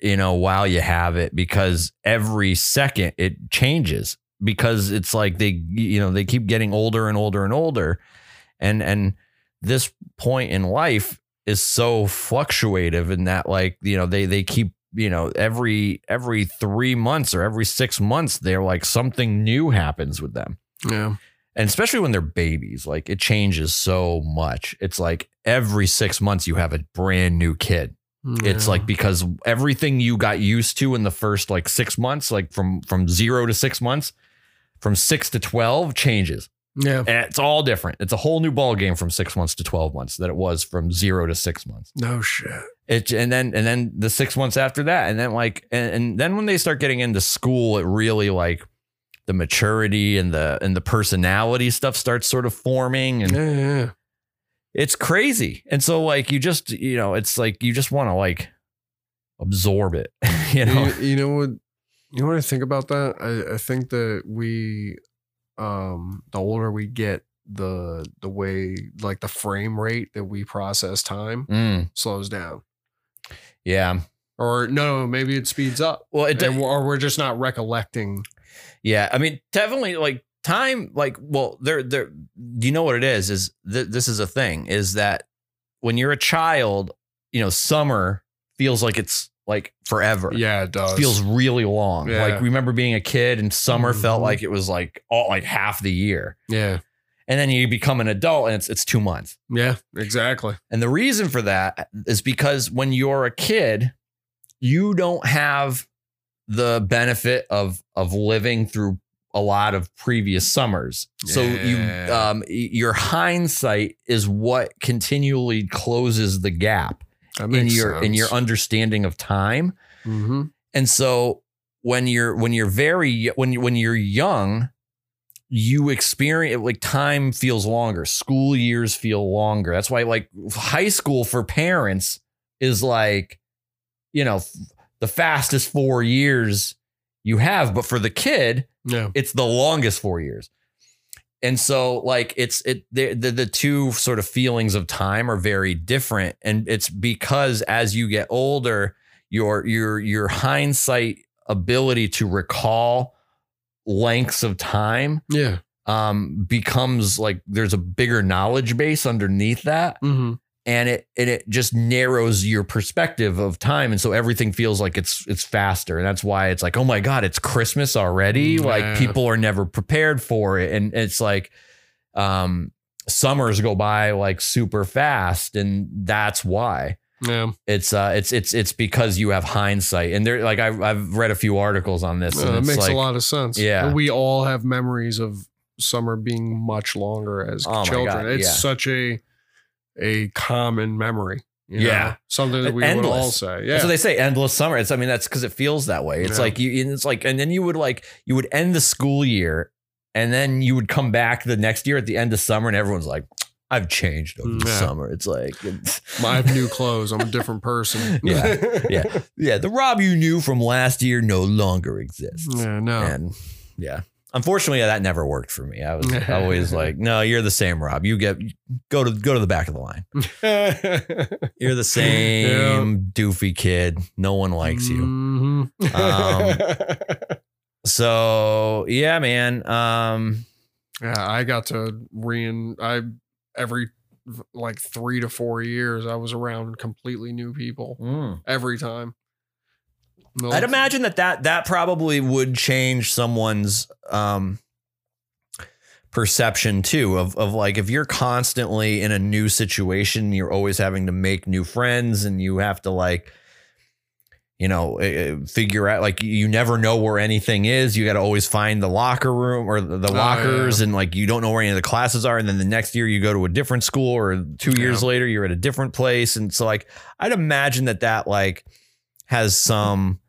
Speaker 2: you know while you have it because every second it changes because it's like they you know they keep getting older and older and older and and this point in life is so fluctuative in that like you know they they keep you know every every 3 months or every 6 months they're like something new happens with them
Speaker 3: yeah,
Speaker 2: and especially when they're babies, like it changes so much. It's like every six months you have a brand new kid. It's
Speaker 3: Yeah.
Speaker 2: like because everything you got used to in the first like six months, like from from zero to six months, from six to twelve changes.
Speaker 3: yeah,
Speaker 2: And it's all different. It's a whole new ball game from six months to twelve months than it was from zero to six months
Speaker 3: no shit.
Speaker 2: it and then and then the six months after that and then like and, and then when they start getting into school it really like the maturity and the and the personality stuff starts sort of forming and
Speaker 3: Yeah, yeah, yeah.
Speaker 2: it's crazy and so like you just you know it's like you just want to like absorb it you know
Speaker 3: you, you know what you know what i think about that I, I think that we um the older we get the the way like the frame rate that we process time
Speaker 2: Mm,
Speaker 3: slows down
Speaker 2: yeah
Speaker 3: or no maybe it speeds up
Speaker 2: well it
Speaker 3: and we're, or we're just not recollecting
Speaker 2: Yeah, I mean, definitely like time. Like, well, there, there. You know what it is? Is th- this is a thing? Is that when you're a child, you know, summer feels like it's like forever.
Speaker 3: yeah it does
Speaker 2: feels really long.
Speaker 3: Yeah.
Speaker 2: Like remember being a kid and summer felt
Speaker 3: Mhm.
Speaker 2: like it was like all like half the year,
Speaker 3: yeah
Speaker 2: and then you become an adult and it's it's two months.
Speaker 3: yeah exactly
Speaker 2: And the reason for that is because when you're a kid, you don't have the benefit of of living through a lot of previous summers. So you
Speaker 3: Yeah.
Speaker 2: um y- your hindsight is what continually closes the gap
Speaker 3: that
Speaker 2: in
Speaker 3: makes
Speaker 2: your in
Speaker 3: sense.
Speaker 2: your understanding of time.
Speaker 3: Mhm.
Speaker 2: And so when you're when you're very when you when you're young, you experience like time feels longer. School years feel longer. That's why like high school for parents is like you know f- the fastest 4 years you have, but for the kid,
Speaker 3: yeah
Speaker 2: it's the longest 4 years. And so like it's it the, the the two sort of feelings of time are very different and it's because as you get older your your your hindsight ability to recall lengths of time
Speaker 3: yeah
Speaker 2: um becomes like there's a bigger knowledge base underneath that
Speaker 3: hmm
Speaker 2: and it and it just narrows your perspective of time and so everything feels like it's it's faster and that's why it's like oh my god it's christmas already like
Speaker 3: Mm, Yeah.
Speaker 2: people are never prepared for it and it's like um summers go by like super fast and that's why
Speaker 3: yeah
Speaker 2: it's uh it's it's it's because you have hindsight and there like I, i've read a few articles on this
Speaker 3: Uh,
Speaker 2: and
Speaker 3: that
Speaker 2: it's
Speaker 3: makes
Speaker 2: like,
Speaker 3: a lot of sense
Speaker 2: Yeah.
Speaker 3: we all have memories of summer being much longer as
Speaker 2: Oh my
Speaker 3: children
Speaker 2: God,
Speaker 3: it's
Speaker 2: yeah.
Speaker 3: such a a common memory you
Speaker 2: Yeah.
Speaker 3: know? something that we would all
Speaker 2: Endless. That's
Speaker 3: say yeah
Speaker 2: what they say, endless summer. It's I mean that's because it feels that way. It's
Speaker 3: Yeah.
Speaker 2: like you, and it's like, and then you would like you would end the school year, and then you would come back the next year at the end of summer, and everyone's like, "I've changed over the
Speaker 3: Mm, Yeah.
Speaker 2: summer." It's like,
Speaker 3: i have new clothes i'm a different person
Speaker 2: Yeah, yeah. yeah, the Rob you knew from last year no longer exists,
Speaker 3: yeah no
Speaker 2: and yeah. Unfortunately, that never worked for me. I was always like, "No, you're the same, Rob. You get go to go to the back of the line. You're the same doofy kid. No one likes you." Um,
Speaker 3: Mhm.
Speaker 2: So yeah, man. Um,
Speaker 3: yeah i got to re and i every like three to four years i was around completely new people every time No-
Speaker 2: I'd imagine that, that that probably would change someone's um perception too of of like if you're constantly in a new situation, you're always having to make new friends and you have to like you know, eh, eh, figure out like you never know where anything is. You got to always find the locker room or the, the
Speaker 3: Oh,
Speaker 2: lockers, and like you don't know where any of the classes are. And then the next year you go to a different school, or two years later you're at a different place. And so, like, I'd imagine that that like has some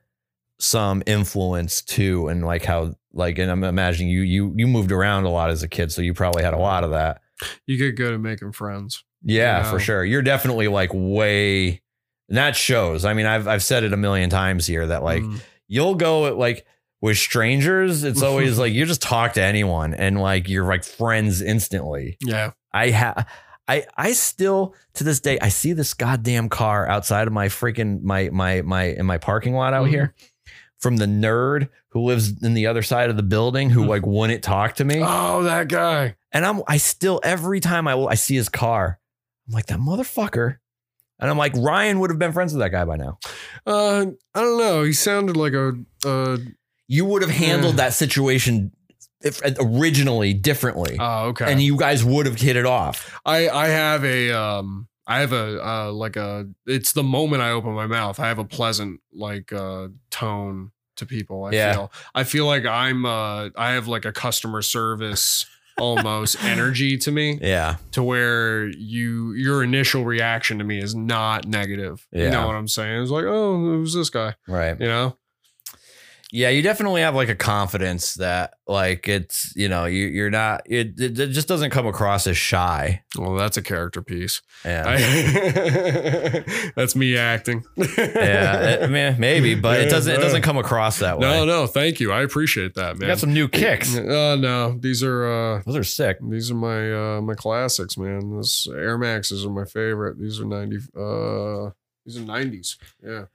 Speaker 2: some influence too, and like how like, and I'm imagining you you you moved around a lot as a kid, so you probably had a lot of that.
Speaker 3: You get good at making friends.
Speaker 2: Yeah,
Speaker 3: know?
Speaker 2: for sure. You're definitely like way and that shows. I mean, I've I've said it a million times here that like
Speaker 3: Mm.
Speaker 2: you'll go at like with strangers, it's always like you just talk to anyone and like you're like friends instantly.
Speaker 3: yeah,
Speaker 2: I have I I still to this day I see this goddamn car outside of my freaking my my my in my parking lot out
Speaker 3: Mhm.
Speaker 2: here from the nerd who lives in the other side of the building who
Speaker 3: Mhm.
Speaker 2: like wouldn't talk to me.
Speaker 3: oh, that guy.
Speaker 2: And I'm I still every time I will I see his car, I'm like that motherfucker. And I'm like Ryan would have been friends with that guy by now.
Speaker 3: Uh, I don't know. He sounded like a. Uh,
Speaker 2: You would have handled
Speaker 3: Yeah.
Speaker 2: that situation if, originally differently.
Speaker 3: oh, okay.
Speaker 2: And you guys would have hit it off.
Speaker 3: I I have a um I have a uh like a it's the moment I open my mouth. I have a pleasant like uh tone to people. I
Speaker 2: Yeah.
Speaker 3: feel I feel like I'm uh I have like a customer service almost energy to me
Speaker 2: Yeah.
Speaker 3: to where you your initial reaction to me is not negative. You
Speaker 2: Yeah.
Speaker 3: know what I'm saying? It's like, oh, who's this guy?
Speaker 2: Right.
Speaker 3: You know?
Speaker 2: Yeah, you definitely have like a confidence that like it's, you know, you you're not it it, it just doesn't come across as shy.
Speaker 3: Well, that's a character piece.
Speaker 2: Yeah.
Speaker 3: I- that's me acting.
Speaker 2: yeah, I mean, maybe, but it
Speaker 3: Yeah,
Speaker 2: doesn't. It
Speaker 3: no.
Speaker 2: doesn't come across that way.
Speaker 3: No, no, thank you. I appreciate that,
Speaker 2: You
Speaker 3: man.
Speaker 2: got some new kicks.
Speaker 3: Uh, no, these are uh,
Speaker 2: Those are sick.
Speaker 3: these are my uh, my classics, man. This Air Maxes are my favorite. These are ninety. Uh, these are nineties. Yeah.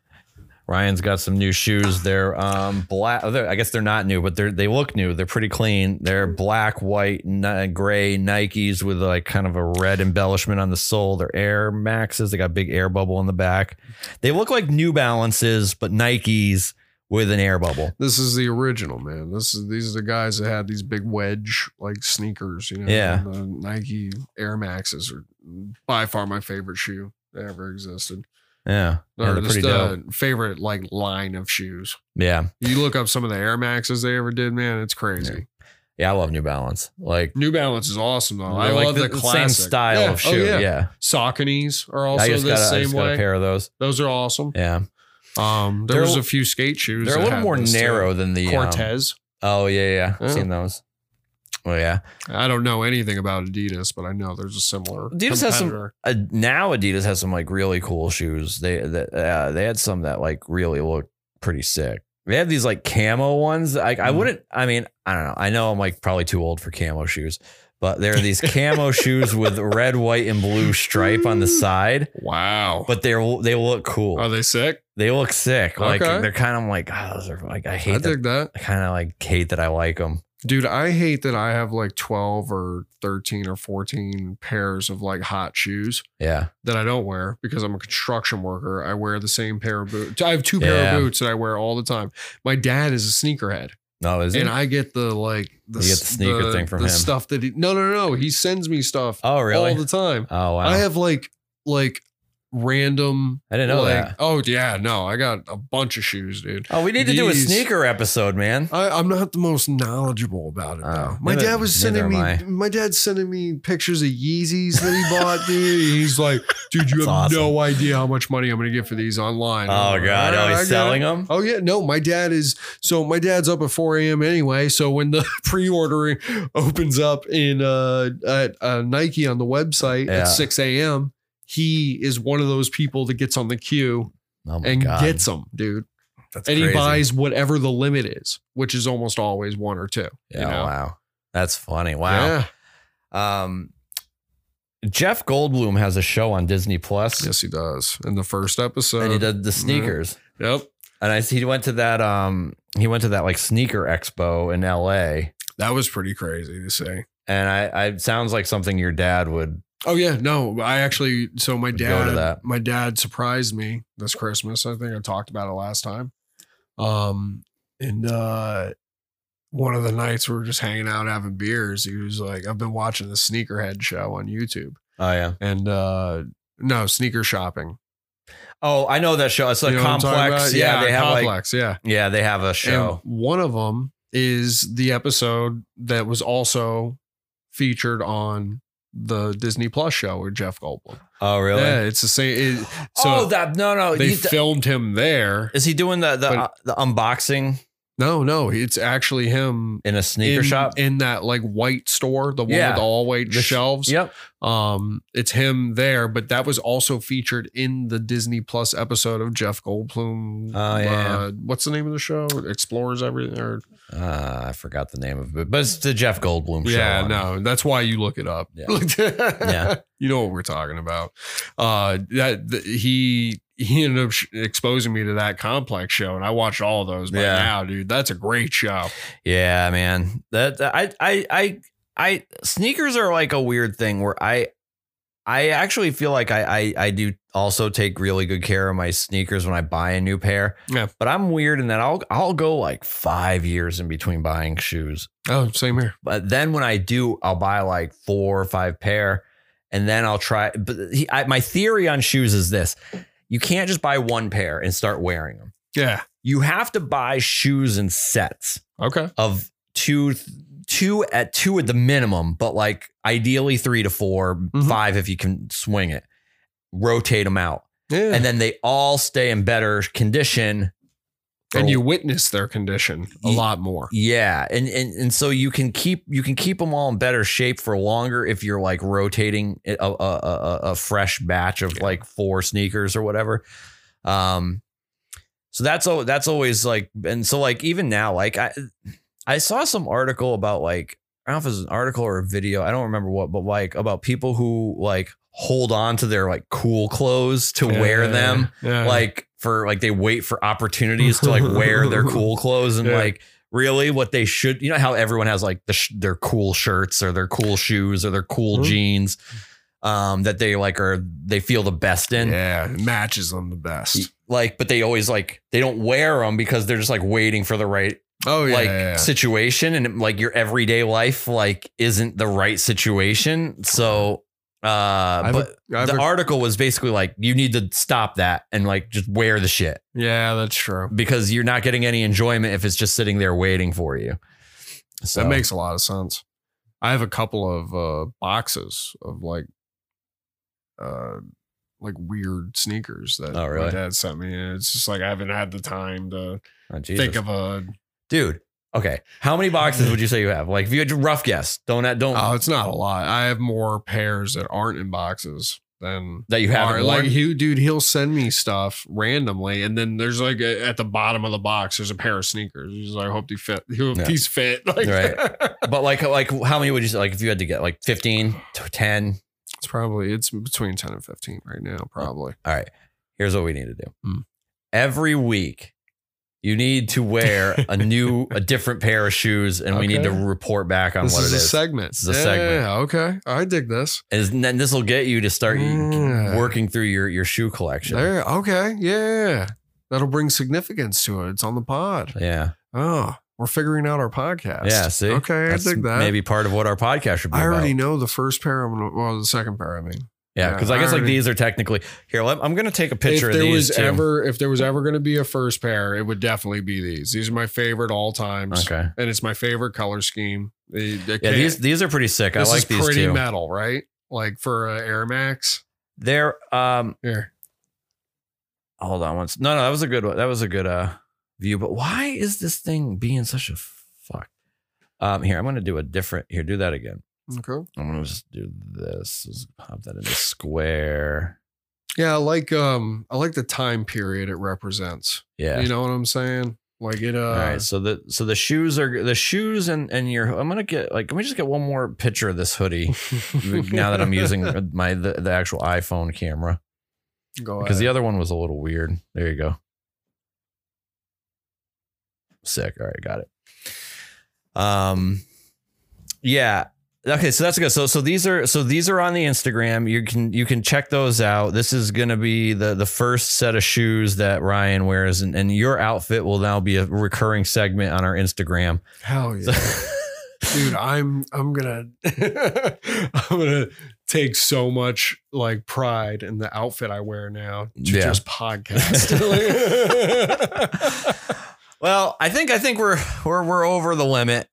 Speaker 2: Ryan's got some new shoes. They're um black. I guess they're not new, but they are they look new. They're pretty clean. They're black, white, ni- gray Nikes with like kind of a red embellishment on the sole. They're Air Maxes. They got a big air bubble in the back. They look like New Balances, but Nikes with an air bubble.
Speaker 3: This is the original, man. This is these are the guys that had these big wedge like sneakers. You know.
Speaker 2: Yeah.
Speaker 3: and The Nike Air Maxes are by far my favorite shoe that ever existed.
Speaker 2: Yeah, yeah
Speaker 3: or
Speaker 2: they're
Speaker 3: just
Speaker 2: pretty
Speaker 3: uh,
Speaker 2: dope.
Speaker 3: favorite like line of shoes.
Speaker 2: Yeah,
Speaker 3: You look up some of the Air Maxes they ever did, man. It's crazy.
Speaker 2: yeah, I love New Balance. Like,
Speaker 3: New Balance is awesome though. I
Speaker 2: they're like
Speaker 3: love the,
Speaker 2: same
Speaker 3: classic
Speaker 2: style
Speaker 3: Yeah.
Speaker 2: of
Speaker 3: Oh,
Speaker 2: shoe. yeah.
Speaker 3: Sauconys are also
Speaker 2: I
Speaker 3: the
Speaker 2: just, got a, I
Speaker 3: same
Speaker 2: just got a
Speaker 3: way.
Speaker 2: pair of those.
Speaker 3: Those are awesome.
Speaker 2: Yeah,
Speaker 3: Um, there
Speaker 2: They're-
Speaker 3: was a few skate shoes.
Speaker 2: they're a
Speaker 3: that
Speaker 2: little
Speaker 3: had
Speaker 2: more
Speaker 3: this, uh, too.
Speaker 2: narrow than the um,
Speaker 3: Cortez.
Speaker 2: Oh yeah, yeah. yeah.
Speaker 3: Yeah.
Speaker 2: Seen those. Oh yeah.
Speaker 3: I don't know anything about Adidas, but I know there's a similar.
Speaker 2: Adidas has some-
Speaker 3: competitor.
Speaker 2: Uh, now Adidas has some like really cool shoes. They that uh, they had some that like really look pretty sick. They have these like camo ones. Like I
Speaker 3: Mhm.
Speaker 2: wouldn't. I mean, I don't know. I know I'm like probably too old for camo shoes, but there are these camo shoes with red, white, and blue stripe on the side.
Speaker 3: Wow.
Speaker 2: But they're they look cool.
Speaker 3: Mm. are they sick?
Speaker 2: they look sick. Like
Speaker 3: Okay.
Speaker 2: they're kind of like oh, those are like I
Speaker 3: I
Speaker 2: hate that.
Speaker 3: dig that.
Speaker 2: I kind of like hate that I like them.
Speaker 3: Dude, I hate that I have like 12 or 13 or 14 pairs of like hot shoes
Speaker 2: Yeah.
Speaker 3: that I don't wear because I'm a construction worker. I wear the same pair of boots. I have two pair
Speaker 2: Yeah.
Speaker 3: of boots that I wear all the time. My dad is a sneakerhead.
Speaker 2: No, is it?
Speaker 3: and I get the like the,
Speaker 2: You get the
Speaker 3: s-
Speaker 2: sneaker thing from
Speaker 3: the
Speaker 2: him.
Speaker 3: stuff that he no no no he sends me stuff
Speaker 2: oh really?
Speaker 3: all the time.
Speaker 2: oh wow.
Speaker 3: I
Speaker 2: I,
Speaker 3: have like like random.
Speaker 2: didn't know
Speaker 3: like,
Speaker 2: that.
Speaker 3: Oh yeah, no, I got a bunch of shoes, dude.
Speaker 2: Oh, we need to do a
Speaker 3: these-
Speaker 2: sneaker episode, man.
Speaker 3: I, I'm not the most knowledgeable about it.
Speaker 2: Oh,
Speaker 3: though. my
Speaker 2: neither-
Speaker 3: dad was
Speaker 2: neither
Speaker 3: sending me.
Speaker 2: am I.
Speaker 3: My dad's sending me pictures of Yeezys that he bought, dude. He's like, dude, you
Speaker 2: That's
Speaker 3: have
Speaker 2: awesome.
Speaker 3: no idea how much money I'm gonna get for these online.
Speaker 2: Oh
Speaker 3: I'm like,
Speaker 2: god,
Speaker 3: "All
Speaker 2: oh,
Speaker 3: right,
Speaker 2: he's
Speaker 3: I got it."
Speaker 2: selling them.
Speaker 3: Oh yeah, no, my dad is so my dad's up at 4 a.m. anyway. So when the pre-ordering opens up in uh at uh, Nike on the website
Speaker 2: Yeah.
Speaker 3: at 6 a.m., he is one of those people that gets on the queue
Speaker 2: Oh my
Speaker 3: and
Speaker 2: god,
Speaker 3: gets them, dude.
Speaker 2: That's
Speaker 3: and
Speaker 2: crazy.
Speaker 3: he buys whatever the limit is, which is almost always one or two.
Speaker 2: Yeah,
Speaker 3: you know?
Speaker 2: wow, that's funny. Wow.
Speaker 3: Yeah.
Speaker 2: Um, Jeff Goldblum has a show on Disney Plus,
Speaker 3: Yes, Mm-hmm. he does. In the first episode.
Speaker 2: and he did the sneakers.
Speaker 3: Yep.
Speaker 2: And I he went to that um he went to that like sneaker expo in L.A.
Speaker 3: That was pretty crazy to say.
Speaker 2: And I, I it sounds like something your dad would.
Speaker 3: Oh yeah, no, I actually so my
Speaker 2: Go to
Speaker 3: dad
Speaker 2: that.
Speaker 3: my dad surprised me this Christmas. I think I talked about it last time. Um and uh one of the nights we were just hanging out having beers, he was like, I've been watching the sneakerhead show on YouTube
Speaker 2: Oh yeah,
Speaker 3: and uh no, sneaker shopping.
Speaker 2: Oh, I know that show. It's a
Speaker 3: You know what I'm talking
Speaker 2: complex.
Speaker 3: about?
Speaker 2: Yeah, they have like
Speaker 3: complex. yeah.
Speaker 2: yeah, they have a show.
Speaker 3: And one of them is the episode that was also featured on the Disney Plus show with Jeff Goldblum.
Speaker 2: oh, really?
Speaker 3: Yeah, it's the same. It, so
Speaker 2: oh, that no, no.
Speaker 3: they
Speaker 2: you th-
Speaker 3: filmed him there.
Speaker 2: is he doing the the,
Speaker 3: But-
Speaker 2: uh, the unboxing
Speaker 3: No, no, it's actually him
Speaker 2: in a sneaker
Speaker 3: in,
Speaker 2: shop?
Speaker 3: in that like white store, the one
Speaker 2: Yeah.
Speaker 3: with the all white
Speaker 2: The sh-
Speaker 3: shelves.
Speaker 2: yep.
Speaker 3: Um, it's him there, but that was also featured in the Disney Plus episode of Jeff Goldblum.
Speaker 2: Oh, yeah.
Speaker 3: Uh, what's the name of the show? Explores everything. Or,
Speaker 2: Uh, I forgot the name of it, but it's the Jeff Goldblum show.
Speaker 3: yeah,
Speaker 2: on it.
Speaker 3: no, that's why you look it up.
Speaker 2: Yeah.
Speaker 3: yeah, you know what we're talking about. Uh, that th- he he ended up sh- exposing me to that complex show, and I watched all of those. By
Speaker 2: Yeah.
Speaker 3: now, dude, that's a great show.
Speaker 2: Yeah, man. That that- I I I I sneakers are like a weird thing where I I actually feel like I I, I do also take really good care of my sneakers when I buy a new pair.
Speaker 3: Yeah.
Speaker 2: But I'm weird in that I'll I'll go like five years in between buying shoes.
Speaker 3: Oh, same here.
Speaker 2: But then when I do, I'll buy like four or five pair, and then I'll try. But he, I, my theory on shoes is this: you can't just buy one pair and start wearing them.
Speaker 3: Yeah.
Speaker 2: You have to buy shoes in sets
Speaker 3: Okay.
Speaker 2: of two two at two at the minimum but like ideally three to 4
Speaker 3: Mhm.
Speaker 2: five if you can swing it rotate them out
Speaker 3: Yeah.
Speaker 2: and then they all stay in better condition for-
Speaker 3: and you witness their condition a
Speaker 2: Ye-
Speaker 3: lot more.
Speaker 2: yeah and, and and so you can keep you can keep them all in better shape for longer if you're like rotating a, a, a, a- a fresh batch of like four sneakers or whatever um so that's all that's always like and so like even now like i i saw some article about like i don't know if it was an article or a video i don't remember what but like about people who like hold on to their like cool clothes to wear
Speaker 3: Yeah.
Speaker 2: them
Speaker 3: Yeah.
Speaker 2: like for like they wait for opportunities to like wear their cool clothes and
Speaker 3: Yeah.
Speaker 2: like really what they should you know how everyone has like the sh- their cool shirts or their cool shoes or their cool
Speaker 3: Mhm.
Speaker 2: jeans um that they like are they feel the best in
Speaker 3: yeah, it matches them the best.
Speaker 2: like but they always like they don't wear them because they're just like waiting for the right
Speaker 3: Oh yeah.
Speaker 2: like
Speaker 3: yeah, yeah.
Speaker 2: situation and like your everyday life like isn't the right situation so uh
Speaker 3: I've
Speaker 2: but
Speaker 3: a- I've
Speaker 2: the
Speaker 3: a-
Speaker 2: article was basically like you need to stop that and like just wear the shit
Speaker 3: yeah, that's true.
Speaker 2: because you're not getting any enjoyment if it's just sitting there waiting for you. So
Speaker 3: That makes a lot of sense. I have a couple of uh, boxes of like, uh, like weird sneakers that
Speaker 2: Oh, really?
Speaker 3: my dad sent me, and it's just like I haven't had the time to
Speaker 2: oh, Jesus.
Speaker 3: think of a.
Speaker 2: dude. Okay, how many boxes would you say you have? Like, if you had a rough guess, don't don't
Speaker 3: Oh, it's not a lot. I have more pairs that aren't in boxes than
Speaker 2: that you
Speaker 3: Or,
Speaker 2: have
Speaker 3: like
Speaker 2: like
Speaker 3: he, dude, he'll send me stuff randomly, and then there's like a, at the bottom of the box, there's a pair of sneakers. He's like, I hope he fit. He hope
Speaker 2: Yeah.
Speaker 3: he's fit. Like,
Speaker 2: Right. but like like how many would you say? Like, if you had to get like 15, 10,
Speaker 3: it's probably it's between ten and fifteen right now, probably.
Speaker 2: All right. Here's what we need to do.
Speaker 3: Hmm.
Speaker 2: Every week, you need to wear a new, a different pair of shoes, and we need to
Speaker 3: Okay.
Speaker 2: report back on
Speaker 3: this
Speaker 2: what
Speaker 3: is
Speaker 2: it
Speaker 3: a
Speaker 2: is.
Speaker 3: segment.
Speaker 2: This is a
Speaker 3: yeah,
Speaker 2: segment.
Speaker 3: yeah, okay, I dig this.
Speaker 2: and then this will get you to start
Speaker 3: Yeah.
Speaker 2: working through your your shoe collection.
Speaker 3: There, okay, yeah, that'll bring significance to it. It's on the pod.
Speaker 2: Yeah.
Speaker 3: Oh, we're figuring out our podcast.
Speaker 2: Yeah, see?
Speaker 3: okay,
Speaker 2: That's
Speaker 3: I dig that.
Speaker 2: Maybe part of what our podcast should be.
Speaker 3: I already
Speaker 2: about.
Speaker 3: know the first pair. I'm gonna, well, the second pair. I mean,
Speaker 2: Yeah, because I
Speaker 3: I
Speaker 2: guess like
Speaker 3: already-
Speaker 2: these are technically here. Let, I'm gonna take a picture
Speaker 3: if there
Speaker 2: of these.
Speaker 3: was
Speaker 2: too.
Speaker 3: ever if there was ever going to be a first pair it would definitely be these these are my favorite all times
Speaker 2: okay.
Speaker 3: and it's my favorite color scheme they, they
Speaker 2: Yeah,
Speaker 3: can't-
Speaker 2: these these are pretty sick. I
Speaker 3: this
Speaker 2: like
Speaker 3: is
Speaker 2: these
Speaker 3: pretty
Speaker 2: too.
Speaker 3: metal right like for uh, air max
Speaker 2: They're um.
Speaker 3: here
Speaker 2: Hold on once. No, no, that was a good one. That was a good uh view. But why is this thing being such a fuck? Um, here I'm gonna do a different. Here, do that again.
Speaker 3: okay
Speaker 2: I'm gonna just do this. Just pop that into square.
Speaker 3: yeah i like um i like the time period it represents
Speaker 2: Yeah.
Speaker 3: you know what i'm saying like it uh
Speaker 2: All right, so the so the shoes are the shoes and and your I'm gonna get like can we just get one more picture of this hoodie now that I'm using my the, the actual iPhone camera
Speaker 3: go
Speaker 2: because the
Speaker 3: ahead.
Speaker 2: other one was a little weird. There you go. Sick. All right, got it. Um, yeah. Okay, so that's good. So so these are so these are on the Instagram. You can you can check those out. This is gonna be the the first set of shoes that Ryan wears, and, and your outfit will now be a recurring segment on our Instagram.
Speaker 3: hell yeah
Speaker 2: So-
Speaker 3: dude i'm i'm gonna i'm gonna take so much like pride in the outfit I wear now to
Speaker 2: Yeah.
Speaker 3: just podcast.
Speaker 2: well, I think I think we're we're we're over the limit.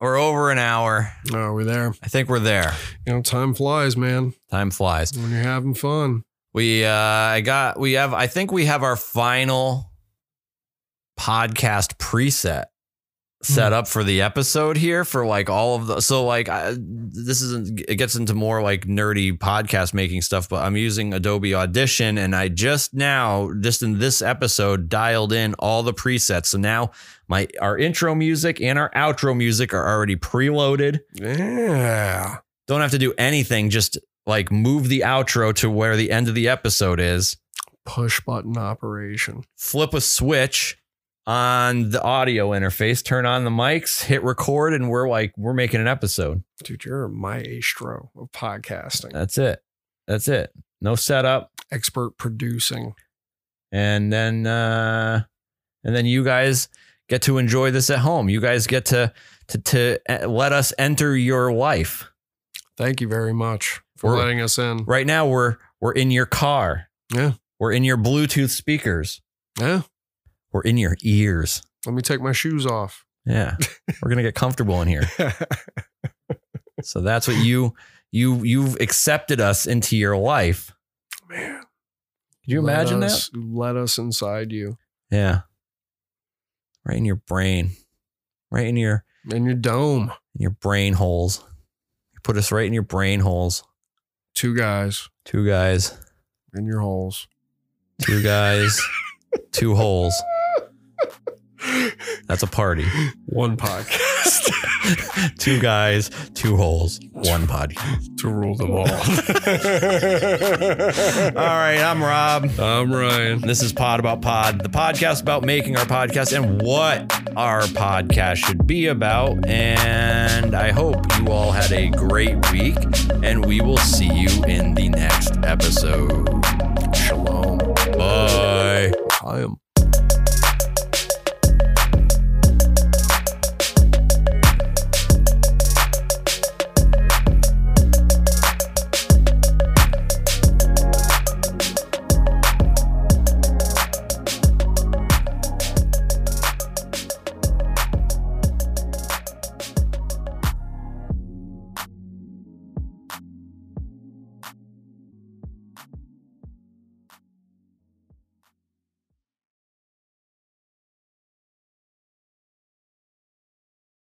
Speaker 2: We're over an hour.
Speaker 3: oh, we're there.
Speaker 2: I think we're there.
Speaker 3: You know, time flies, man.
Speaker 2: Time flies.
Speaker 3: When you're having fun.
Speaker 2: We uh I got we have I think we have our final podcast preset set up for the episode here for like all of the so like I, this isn't it gets into more like nerdy podcast making stuff but I'm using Adobe Audition and I just now just in this episode dialed in all the presets so now my our intro music and our outro music are already preloaded
Speaker 3: Yeah.
Speaker 2: don't have to do anything just like move the outro to where the end of the episode is
Speaker 3: Push button operation.
Speaker 2: flip a switch on the audio interface, turn on the mics, hit record, and we're like, we're making an episode.
Speaker 3: Dude, you're a maestro of podcasting.
Speaker 2: That's it. That's it. No setup.
Speaker 3: Expert producing.
Speaker 2: And then uh and then you guys get to enjoy this at home. You guys get to to to uh, let us enter your life.
Speaker 3: Thank you very much for
Speaker 2: We're-
Speaker 3: letting us in.
Speaker 2: Right now we're we're in your car.
Speaker 3: Yeah.
Speaker 2: We're in your Bluetooth speakers.
Speaker 3: Yeah.
Speaker 2: We're in your ears.
Speaker 3: Let me take my shoes off.
Speaker 2: Yeah. we're going to get comfortable in here. So that's what you you you've accepted us into your life.
Speaker 3: Man.
Speaker 2: Could you imagine that?
Speaker 3: that? Let us inside you.
Speaker 2: Yeah. Right in your brain. Right in your
Speaker 3: In your dome.
Speaker 2: in your brain holes. You put us right in your brain holes.
Speaker 3: Two guys
Speaker 2: Two guys.
Speaker 3: in your holes.
Speaker 2: Two guys. two holes. That's a party.
Speaker 3: One podcast
Speaker 2: two guys, two holes, one podcast.
Speaker 3: to rule them all.
Speaker 2: All right, I'm Rob.
Speaker 3: I'm Ryan.
Speaker 2: This is Pod About Pod, the podcast about making our podcast and what our podcast should be about. And I hope you all had a great week, and we will see you in the next episode. Shalom. Bye.
Speaker 3: I am